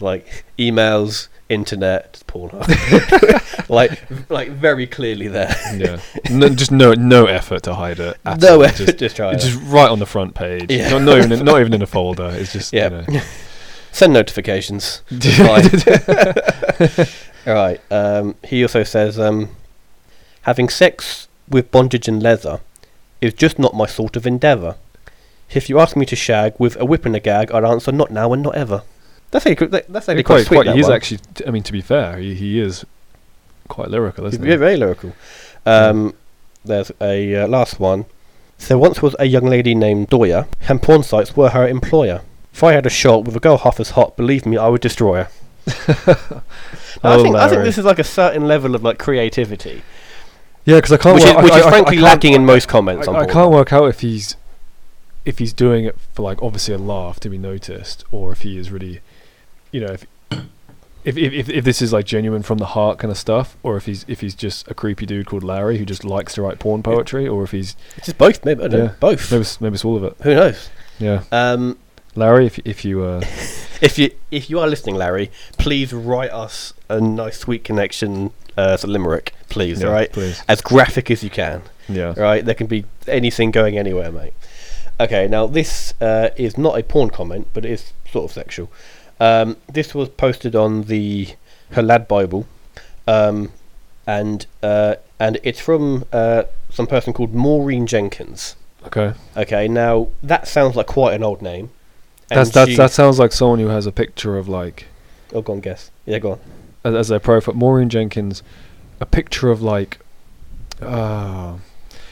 A: Like emails, internet, Pornhub. like like very clearly there.
B: yeah. No, just no no effort to hide it. At
A: no
B: all.
A: effort. Just,
B: Just,
A: try it.
B: it's just right on the front page.
A: Yeah.
B: Not, not even in, not even in a folder. It's just
A: Yeah.
B: you know.
A: Send notifications. Bye. All right. Um, he also says um, having sex with bondage and leather is just not my sort of endeavour. If you asked me to shag with a whip and a gag, I'd answer not now and not ever. That's actually, that- that's actually quite,
B: Quite, quite,
A: sweet. that
B: he's
A: one.
B: actually. t- I mean, to be fair, he, he is quite lyrical,
A: It's
B: isn't
A: very,
B: he?
A: very lyrical. Um, there's a uh, last one. There once was a young lady named Doya, and porn sites were her employer. If I had a shot with a girl half as hot, believe me, I would destroy her. Now, I,
B: Oh,
A: think, I think
B: Larry.
A: this is like a certain level of like creativity,
B: Yeah, because I can't.
A: which is,
B: work- Oh, I-
A: which
B: I-
A: is
B: I- I
A: frankly
B: can't-
A: lacking in most comments.
B: I,
A: on
B: I
A: porn.
B: can't work out if he's if he's doing it for like obviously a laugh to be noticed, or if he is really, you know, if if if, if, if this is like genuine from the heart kind of stuff, or if he's if he's just a creepy dude called Larry who just likes to write porn poetry, or if he's
A: It's just both, maybe I don't
B: Yeah.
A: know, both.
B: maybe it's, maybe it's all of it.
A: Who knows?
B: Yeah,
A: Um,
B: Larry, if if you uh,
A: if you if you are listening, Larry, please write us a nice, sweet connection uh, to Limerick, please.
B: yeah,
A: All right,
B: please,
A: as graphic as you can.
B: yeah,
A: right? There can be anything going anywhere, mate. Okay, now this uh, is not a porn comment, but it is sort of sexual. Um, this was posted on the her lad Bible, um, and uh, and it's from uh, some person called Maureen Jenkins.
B: okay.
A: Okay, now that sounds like quite an old name. and
B: That's that's
A: she-
B: that sounds like someone who has a picture of like
A: Oh, go on, guess. Yeah, go on.
B: as, as their profile. Maureen Jenkins, a picture of like, uh,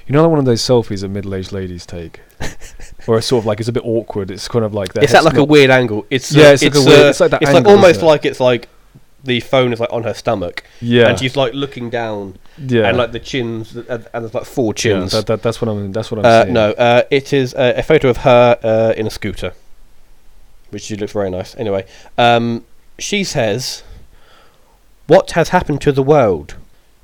B: you know, like one of those selfies that middle-aged ladies take, or it's sort of like it's a bit awkward. It's kind of like that.
A: It's at like a weird angle. It's
B: Yeah,
A: uh,
B: it's like a weird-
A: uh,
B: it's like that
A: it's
B: angle,
A: like
B: isn't
A: almost
B: it?
A: like it's like the phone is like on her stomach,
B: yeah,
A: and she's like looking down
B: yeah,
A: and like the chins, th- and, and there's like four
B: yeah,
A: chins.
B: that, that, that's what I'm. That's what I'm
A: uh,
B: saying.
A: no, uh, it is uh, a photo of her uh, in a scooter, which she looks very nice. Anyway, um, she says, "What has happened to the world?"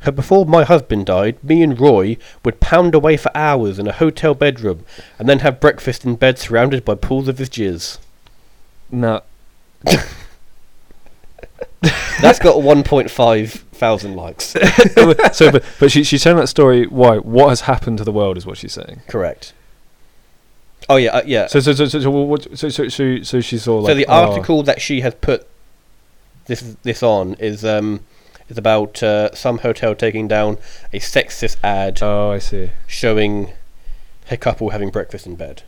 A: Uh, Before my husband died, me and Roy would pound away for hours in a hotel bedroom, and then have breakfast in bed surrounded by pools of his jizz.
B: no.
A: That's got 1.5 thousand likes.
B: so, but, but she, she's telling that story. Why? What has happened to the world is what she's saying.
A: Correct. Oh yeah, uh, yeah.
B: So, so, so, so, so, what, so, so, so, so she saw. Like,
A: so the
B: oh,
A: article that she has put this this on is um is about uh, some hotel taking down a sexist ad
B: Oh, I see.
A: showing a couple having breakfast in bed,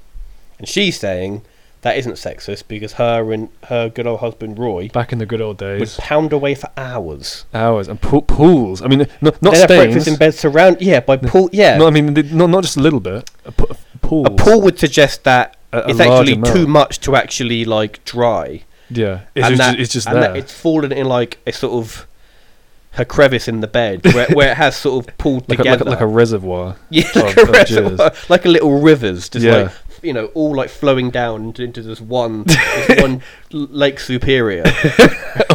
A: and she's saying that isn't sexist because her and her good old husband Roy
B: Back in the good old
A: would
B: days,
A: pound away for hours.
B: hours and pool, pools. I mean, not not
A: They have breakfast
B: stains.
A: in bed surround yeah by pool yeah.
B: No, I mean, th- not not just a little bit. A, p- a pool.
A: a pool would suggest that
B: A- a
A: it's
B: large
A: actually too
B: amount.
A: much to actually like dry.
B: Yeah, it's
A: and
B: just,
A: that,
B: it's just
A: and
B: there.
A: that it's fallen in like a sort of a crevice in the bed where, where it has sort of pulled
B: like, a, like,
A: together,
B: a, like a reservoir.
A: yeah, like
B: of-
A: a
B: of
A: reservoir, like a little rivers, just
B: Oh, Yeah.
A: like you know, all like flowing down into, into this one this one l- Lake Superior
B: of,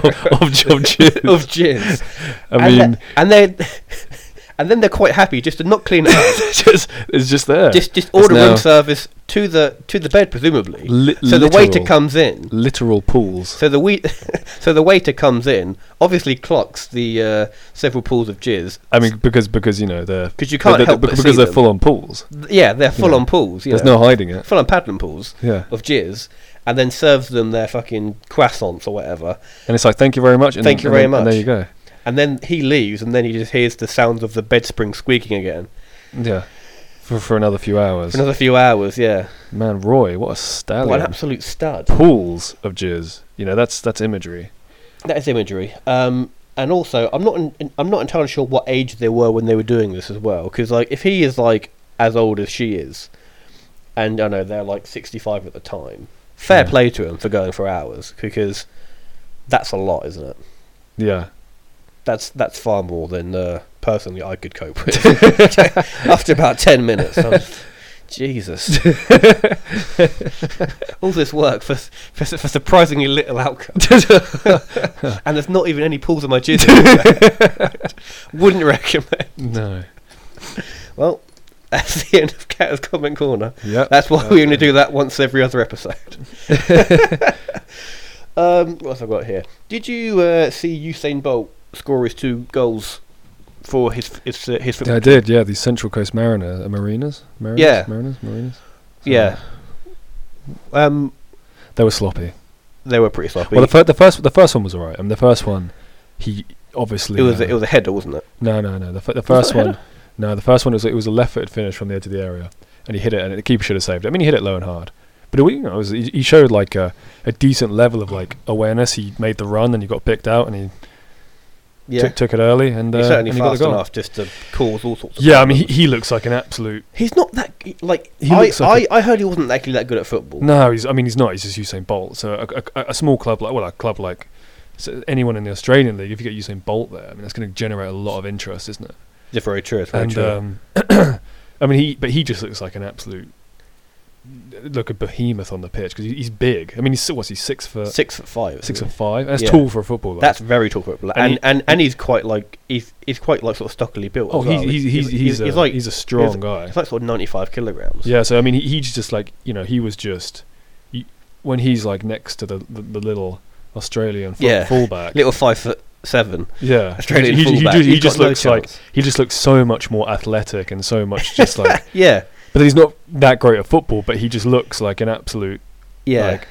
B: of, of,
A: of gins.
B: I mean,
A: and they and, they and then they're quite happy just to not clean it up.
B: it's just it's just there.
A: just just
B: It's
A: order
B: now
A: room service to the to the bed presumably.
B: Li-
A: so the waiter
B: literal.
A: comes in.
B: literal pools.
A: So the we- so the waiter comes in, obviously clocks the uh, several pools of jizz.
B: I mean, because because you know they're
A: 'Cause you can't
B: they're-
A: help
B: they're-
A: but
B: because
A: see
B: they're
A: them.
B: full on pools.
A: Th- Yeah, they're full on pools. You
B: There's
A: know,
B: no hiding it.
A: full on paddling pools
B: Yeah,
A: of jizz, and then serves them their fucking croissants or whatever.
B: and it's like thank you very much. And
A: Thank
B: then-
A: you very
B: and then- And there
A: much.
B: you go.
A: And then he leaves, and then he just hears the sounds of the bed spring squeaking again
B: Yeah, for for another few hours.
A: for another few hours. Yeah,
B: Man, Roy, what a
A: what
B: stallion!
A: an absolute stud.
B: Pools of jizz. You know that's that's imagery.
A: That is imagery. Um, and also, I'm not en- I'm not entirely sure what age they were when they were doing this as well. Because like, if he is like as old as she is, and I know they're like 65 at the time, fair
B: Yeah.
A: play to him for going for hours because that's a lot, isn't it?
B: Yeah,
A: That's that's far more than uh, personally I could cope with. After about 10 minutes, I'm just, Jesus, all this work for, s- for s- for surprisingly little outcome, and there's not even any pools in my gym. Wouldn't recommend.
B: no.
A: Well, that's the end of Cat's Comment Corner.
B: Yeah,
A: That's why we only do that once every other episode. um, what else I've got here? Did you uh, see Usain Bolt score his two goals for his his uh, his
B: I did. Yeah, the Central Coast Mariner, uh, Mariners, Mariners,
A: Yeah.
B: Mariners, Mariners.
A: Yeah. Um,
B: They were sloppy.
A: they were pretty sloppy.
B: well, the, fir- the first the first one was alright. I mean, the first one, he obviously
A: it was
B: uh,
A: it was a header, wasn't it?
B: no no no the, f- the
A: that
B: first
A: a
B: one no the first one was it was a left footed finish from the edge of the area and he hit it and the keeper should have saved it. I mean, he hit it low and hard, but it, wa- you know, it was, he he showed like a, a decent level of like awareness. He made the run and he got picked out and he
A: Yeah,
B: took, took it early and, uh,
A: he's certainly
B: and he got the
A: fast
B: goal.
A: enough just to cause all sorts. of
B: Yeah, I mean, he,
A: problems.
B: he looks like an absolute
A: he's not that g- like.
B: He
A: I,
B: looks like
A: I, I heard he wasn't actually that good at football.
B: No, he's. I mean, he's not. He's just Usain Bolt. So a, a, a small club like well, a club like so anyone in the Australian league, if you get Usain Bolt there, I mean, that's going to generate a lot of interest, isn't it?
A: It's very true. It's very
B: And
A: true.
B: um, I mean, he but he just looks like an absolute look a behemoth on the pitch because he, he's big. I mean, he's what's he six foot six,
A: six foot five. isn't
B: foot five? That's
A: Yeah.
B: tall for a footballer.
A: That's very tall for a black,
B: And
A: and
B: he-
A: and, and he's quite like he's he's quite like sort of stockily built.
B: oh,
A: as well.
B: he's, he's, he's, he's, a,
A: like
B: he's a strong guy.
A: he's like sort of ninety five kilograms.
B: Yeah, so I mean, he, he's just like you know, he was just he, when he's like next to the the, the little Australian fu-
A: Yeah.
B: fullback,
A: little five foot seven
B: yeah,
A: Australian
B: he, he,
A: fullback.
B: He, ju- he
A: He's
B: just
A: got no
B: looks like
A: chance.
B: he just looks so much more athletic and so much just like,
A: yeah
B: but he's not that great at football, but he just looks like an absolute
A: yeah
B: like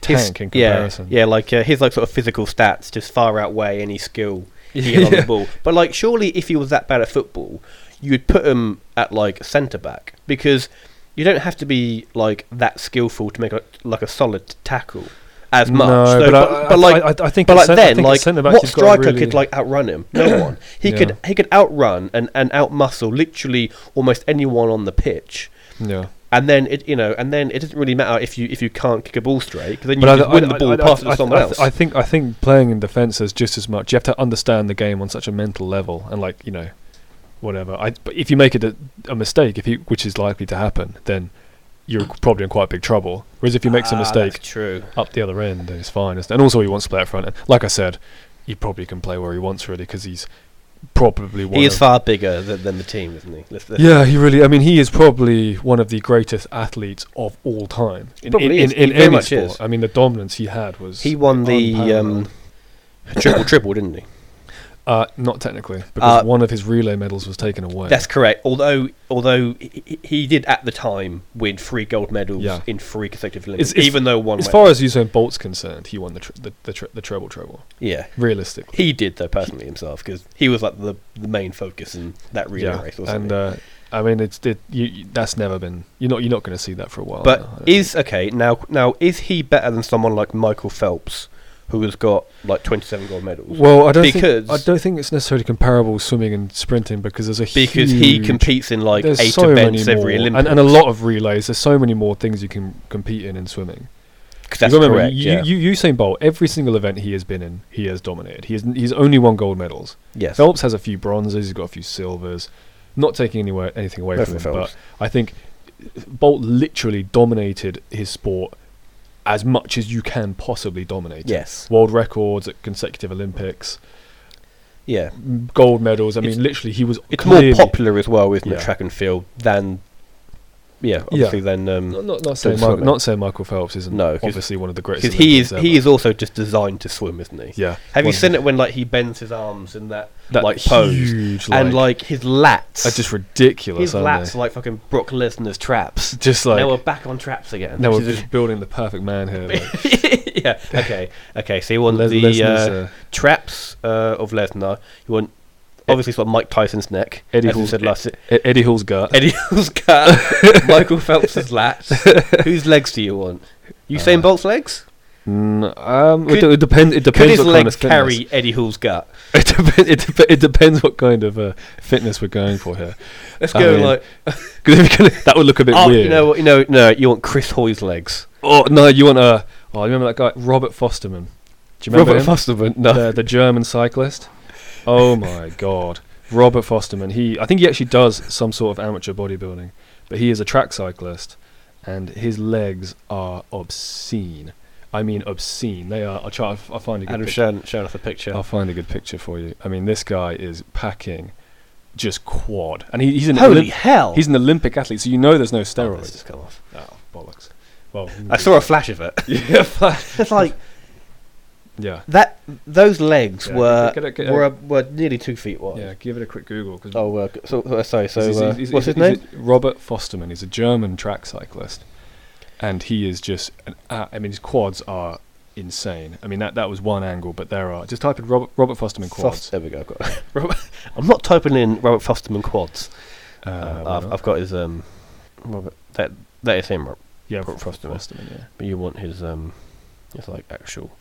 B: tank
A: His-
B: in
A: yeah,
B: comparison.
A: Yeah, like uh, his like sort of physical stats just far outweigh any skill he had on the
B: Yeah.
A: ball. But like, surely if he was that bad at football, you'd put him at like centre back because you don't have to be like that skillful to make a, like a solid tackle as much.
B: No,
A: So,
B: but, I, I,
A: like.
B: I, I think
A: But
B: at
A: like
B: cen- I
A: then,
B: think at
A: like
B: centre back
A: what
B: you've got to
A: striker
B: really-
A: could like outrun him? No one. He could he could outrun and and outmuscle literally almost anyone on the pitch.
B: yeah.
A: And then it you know and then it doesn't really matter if you if you can't kick a ball straight because then you
B: But I-
A: just
B: I-
A: win
B: I-
A: the ball
B: I-
A: past
B: I-
A: to someone
B: I-
A: else.
B: I think I think playing in defence is just as much. You have to understand the game on such a mental level, and like you know, whatever. I but if you make it a, a mistake, if you which is likely to happen, then you're probably in quite big trouble. Whereas if you
A: Ah,
B: make some mistake
A: true.
B: up the other end, then it's fine. isn't it? And also, he wants to play up front. And like I said, he probably can play where he wants really because he's probably one
A: He is
B: of-
A: far bigger than, than the team, isn't he? Let's- let's-
B: yeah, he really. I mean, he is probably one of the greatest athletes of all time. In,
A: Probably
B: in,
A: is.
B: in, in
A: He very
B: any
A: much
B: sport.
A: is.
B: I mean, the dominance he had was
A: He won the
B: unparalleled.
A: um, triple triple, didn't he?
B: Uh, not technically, because
A: Uh,
B: one of his relay medals was taken away.
A: That's correct. Although although he, he- he did at the time win three gold medals
B: Yeah.
A: in three consecutive
B: It's-
A: Olympics,
B: it's-
A: even though one.
B: as
A: went-
B: far as Usain Bolt's concerned, he won the tr- the the, tr- the treble treble.
A: yeah,
B: Realistically,
A: he did though personally himself because he was like the, the main focus in that relay race. Or
B: and
A: something.
B: uh, I mean, it's it, you, you, that's never been. You're not you're not going to see that for a while.
A: but
B: now, I don't
A: is okay now. Now is he better than someone like Michael Phelps, who has got like twenty seven gold medals?
B: think. well, I don't think, I
A: because-
B: don't think it's necessarily comparable swimming and sprinting because there's a
A: because he
B: huge-
A: competes in like
B: there's
A: eight
B: so
A: events
B: many
A: every
B: more,
A: Olympics,
B: and, and a lot of relays. There's so many more things you can compete in in swimming.
A: That's
B: you gotta remember,
A: correct.
B: you,
A: yeah.
B: you, Usain Bolt, every single event he has been in, he has dominated. He has, he's only won gold medals.
A: yes.
B: Phelps has a few bronzes. He's got a few silvers. Not taking anywhere anything away
A: No
B: from him,
A: from Phelps.
B: but I think Bolt literally dominated his sport as much as you can possibly dominate. it.
A: Yes.
B: World records at consecutive Olympics.
A: Yeah,
B: gold medals. I mean,
A: It's-
B: literally, he was.
A: it's
B: clearly-
A: more popular as well, isn't
B: Yeah.
A: it, track and field than yeah,
B: Yeah.
A: obviously than
B: Not,
A: um
B: not, not saying
A: swim
B: Michael,
A: it.
B: not saying Michael Phelps isn't
A: No, 'cause-
B: obviously one of the greatest.
A: because he is
B: Olympians
A: he
B: ever.
A: is also just designed to swim, isn't he?
B: Yeah.
A: Have you
B: One-
A: seen it when like he bends his arms in that,
B: that
A: like pose
B: huge,
A: and like his lats?
B: are just ridiculous.
A: his
B: aren't
A: lats
B: they?
A: are like fucking Brock Lesnar's traps.
B: just like
A: now we're back on traps again.
B: now we're
A: which is-
B: just building the perfect man here. Like,
A: yeah. Okay. Okay. So you want
B: Les-
A: the
B: Lesnar's,
A: uh,
B: uh,
A: traps uh, of Lesnar. You want obviously it's like Mike Tyson's neck.
B: Eddie
A: as we
B: Hall's-
A: said last.
B: E- Eddie Hall's gut.
A: Eddie Hall's cut. Michael Phelps's lats. Whose legs do you want? Usain
B: Uh,
A: Bolt's legs?
B: Mm, um,
A: Could-
B: it, it depends. It
A: Could
B: depends
A: his
B: what kind
A: legs
B: of fitness.
A: carry Eddie Hall's gut?
B: It, dep- it, dep- it depends what kind of uh, fitness we're going for here.
A: Let's
B: I
A: go
B: mean,
A: like.
B: 'Cause if you're gonna- that would look a bit
A: Oh,
B: weird.
A: you know what? You know, no. You want Chris Hoy's legs?
B: Oh no, you want a? Oh, I remember that guy, Robert Fosterman. Do you remember
A: Robert
B: him?
A: Fosterman? No.
B: the, the German cyclist. Oh my god, Robert Fosterman. He, I think he actually does some sort of amateur bodybuilding, but he is a track cyclist, and his legs are obscene. I mean, obscene. They are. I'll, try, I'll find a Oh, good.
A: Adam,
B: pic-
A: showing, showing us a picture.
B: I'll find a good picture for you. I mean, this guy is packing just quad, and he, he's an
A: Holy
B: Olymp-
A: hell!
B: he's an Olympic athlete, so you know there's no
A: Oh, this
B: steroids.
A: has come off.
B: Oh, bollocks. Well,
A: I saw a flash of it.
B: yeah,
A: It's like
B: yeah,
A: That those legs
B: Yeah,
A: were
B: get a- get a-
A: were, were nearly two feet wide.
B: uh, yeah. Give it a quick Google because
A: Oh, uh, so, uh, sorry. So
B: He's-
A: uh,
B: he's- he's-
A: what's his
B: he's-
A: name?
B: he's- Robert Fosterman. He's a German track cyclist, and he is just. An, a- I mean, his quads are insane. I mean, that that was one angle, but there are. Just type in Robert, Robert Fosterman
A: Foster,
B: quads.
A: there we go. I've got Robert, I'm not typing in Robert Fosterman quads.
B: Uh,
A: Uh,
B: why
A: I've,
B: not?
A: I've got his um. Robert, that that is him. Rob-
B: yeah,
A: Robert Fosterman.
B: Fosterman.
A: But you want his um, it's like actual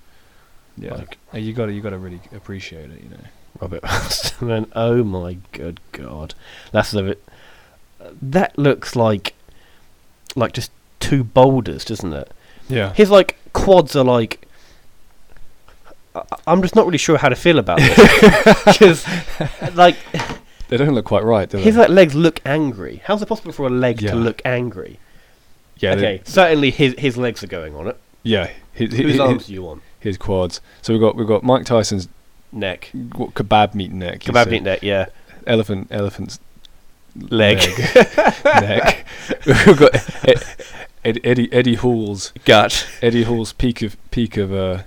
B: Yeah, yeah.
A: Like-
B: Uh, you got to you got to really appreciate it. You know.
A: Robert Fosterman. Oh my good god, that's the bit. That looks like, like just two boulders, doesn't it?
B: Yeah.
A: His like quads are like. I- I'm just not really sure how to feel about this because, like,
B: They don't look quite right, do they?
A: his uh, like, legs look angry. How's it possible for a leg
B: Yeah.
A: to look angry?
B: yeah. they-
A: okay, certainly his his legs are going on it.
B: yeah. His, his,
A: Whose
B: his,
A: arms do you want?
B: his quads. So we've got we've got Mike Tyson's
A: Neck,
B: what, kebab meat neck. you
A: kebab
B: see.
A: meat neck, yeah,
B: Elephant elephant's
A: leg,
B: neck. We've got Ed, Ed, Eddie Eddie Hall's
A: gut,
B: Eddie Hall's peak of peak of uh,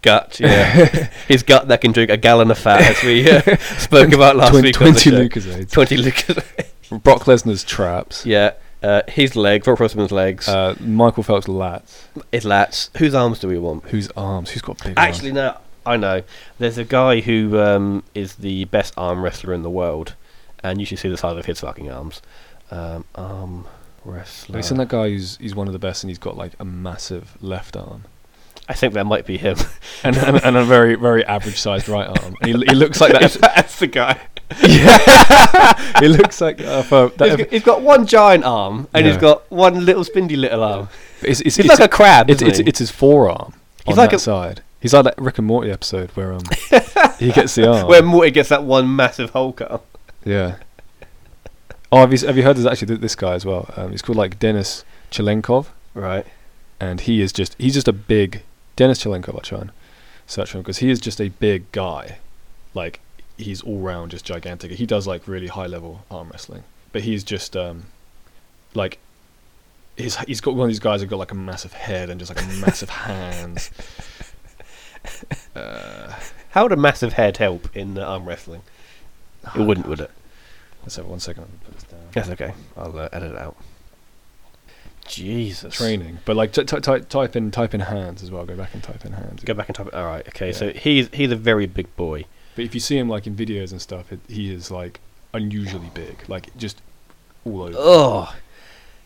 A: gut, yeah, his gut that can drink a gallon of fat, as we uh, spoke about last
B: twen-
A: week. on the
B: twenty
A: show.
B: Lucasades.
A: twenty Lucas,
B: Brock Lesnar's traps.
A: yeah. Uh, his legs, Rob Rossman's legs,
B: Uh, Michael Phelps' lats.
A: his lats. Whose arms do we want?
B: Whose arms? Who's got big
A: Actually, no, I know. There's a guy who um, is the best arm wrestler in the world, and you should see the size of his fucking arms. Um, arm
B: Have
A: wrestler.
B: you seen that guy who's he's one of the best and he's got like a massive left arm
A: I think that might be him.
B: and and, and a very very average sized right arm. And he, he looks like that.
A: That's the guy.
B: he looks like uh, for, that,
A: he's, got, he's got one giant arm, and he's
B: Yeah.
A: got one little spindly little arm.
B: it's, it's,
A: He's
B: it's-
A: like a crab.
B: it's,
A: isn't
B: it's,
A: he?
B: it's his forearm
A: He's
B: on
A: like
B: that
A: a-
B: side. He's like that Rick and Morty episode where um he gets the arm.
A: Where Morty gets that one massive Hulk arm.
B: Yeah. Oh, have you, s- have you heard? There's actually th- this guy as well. Um, he's called like Dennis Chelenkov,
A: Right.
B: and he is just he's just a big Dennis Chelenkov. I'll try and search for him because he is just a big guy. Like he's all round just gigantic. He does like really high level arm wrestling, but he's just um, like he's he's got one of these guys who got like a massive head and just like a massive hands.
A: How would a massive head help in uh, arm wrestling? It wouldn't, would it?
B: Let's have one second. I'm gonna put this down.
A: That's okay. I'll uh, edit it out. Jesus.
B: Training, but like t- t- ty- type in type in hands as well. Go back and type in hands.
A: Go back and type it. All right. Okay.
B: Yeah.
A: So he's he's a very big boy.
B: But if you see him like in videos and stuff, it, he is like unusually big, like just all over.
A: Ugh.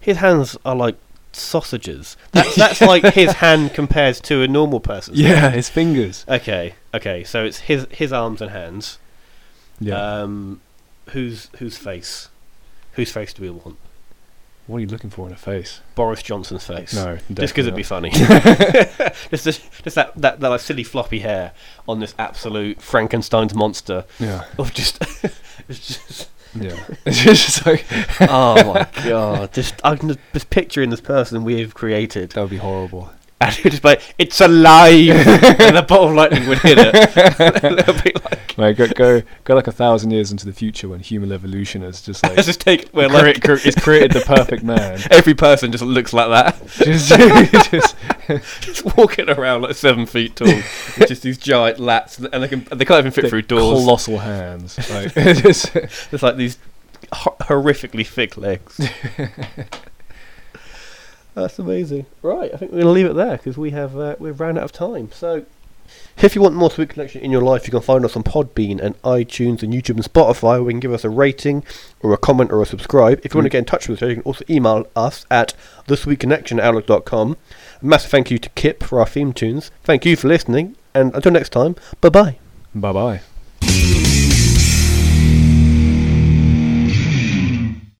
A: His hands are like sausages. That's, that's like his hand compares to a normal person's.
B: Yeah, his fingers.
A: Okay. Okay. So it's his his arms and hands.
B: Yeah.
A: Um, whose whose face? Whose face do we want?
B: what are you looking for in a face?
A: Boris Johnson's face.
B: No,
A: Just because it'd be
B: definitely
A: funny. just, just, just that, that, that like silly floppy hair on this absolute Frankenstein's monster
B: not.
A: of just. it's just
B: Yeah, yeah. it's just like
A: oh my god! Just I'm just picturing this person we have created.
B: that would be horrible.
A: and it would just be like, it's alive! and the bolt of lightning would hit it. It'd be like,
B: Right, go, go go like a thousand years into the future when human evolution has just like,
A: let's just take where
B: crea-
A: like,
B: cre- it's created the perfect man.
A: every person just looks like that.
B: Just, just-
A: Just walking around like seven feet tall. with just these giant lats, and they, can, and they can't even fit through doors.
B: Colossal hands. Like, just-
A: There's like these ho- horrifically thick legs. That's amazing. Right, I think we're going to leave it there because we have uh, we've ran out of time. So, if you want more Sweet Connection in your life, you can find us on Podbean and iTunes and YouTube and Spotify. Where you can give us a rating or a comment or a subscribe. If you want to
B: Mm.
A: get in touch with us, you can also email us at thesweetconnection@outlook.com. A massive thank you to Kip for our theme tunes. Thank you for listening, and until next time, bye bye.
B: bye bye.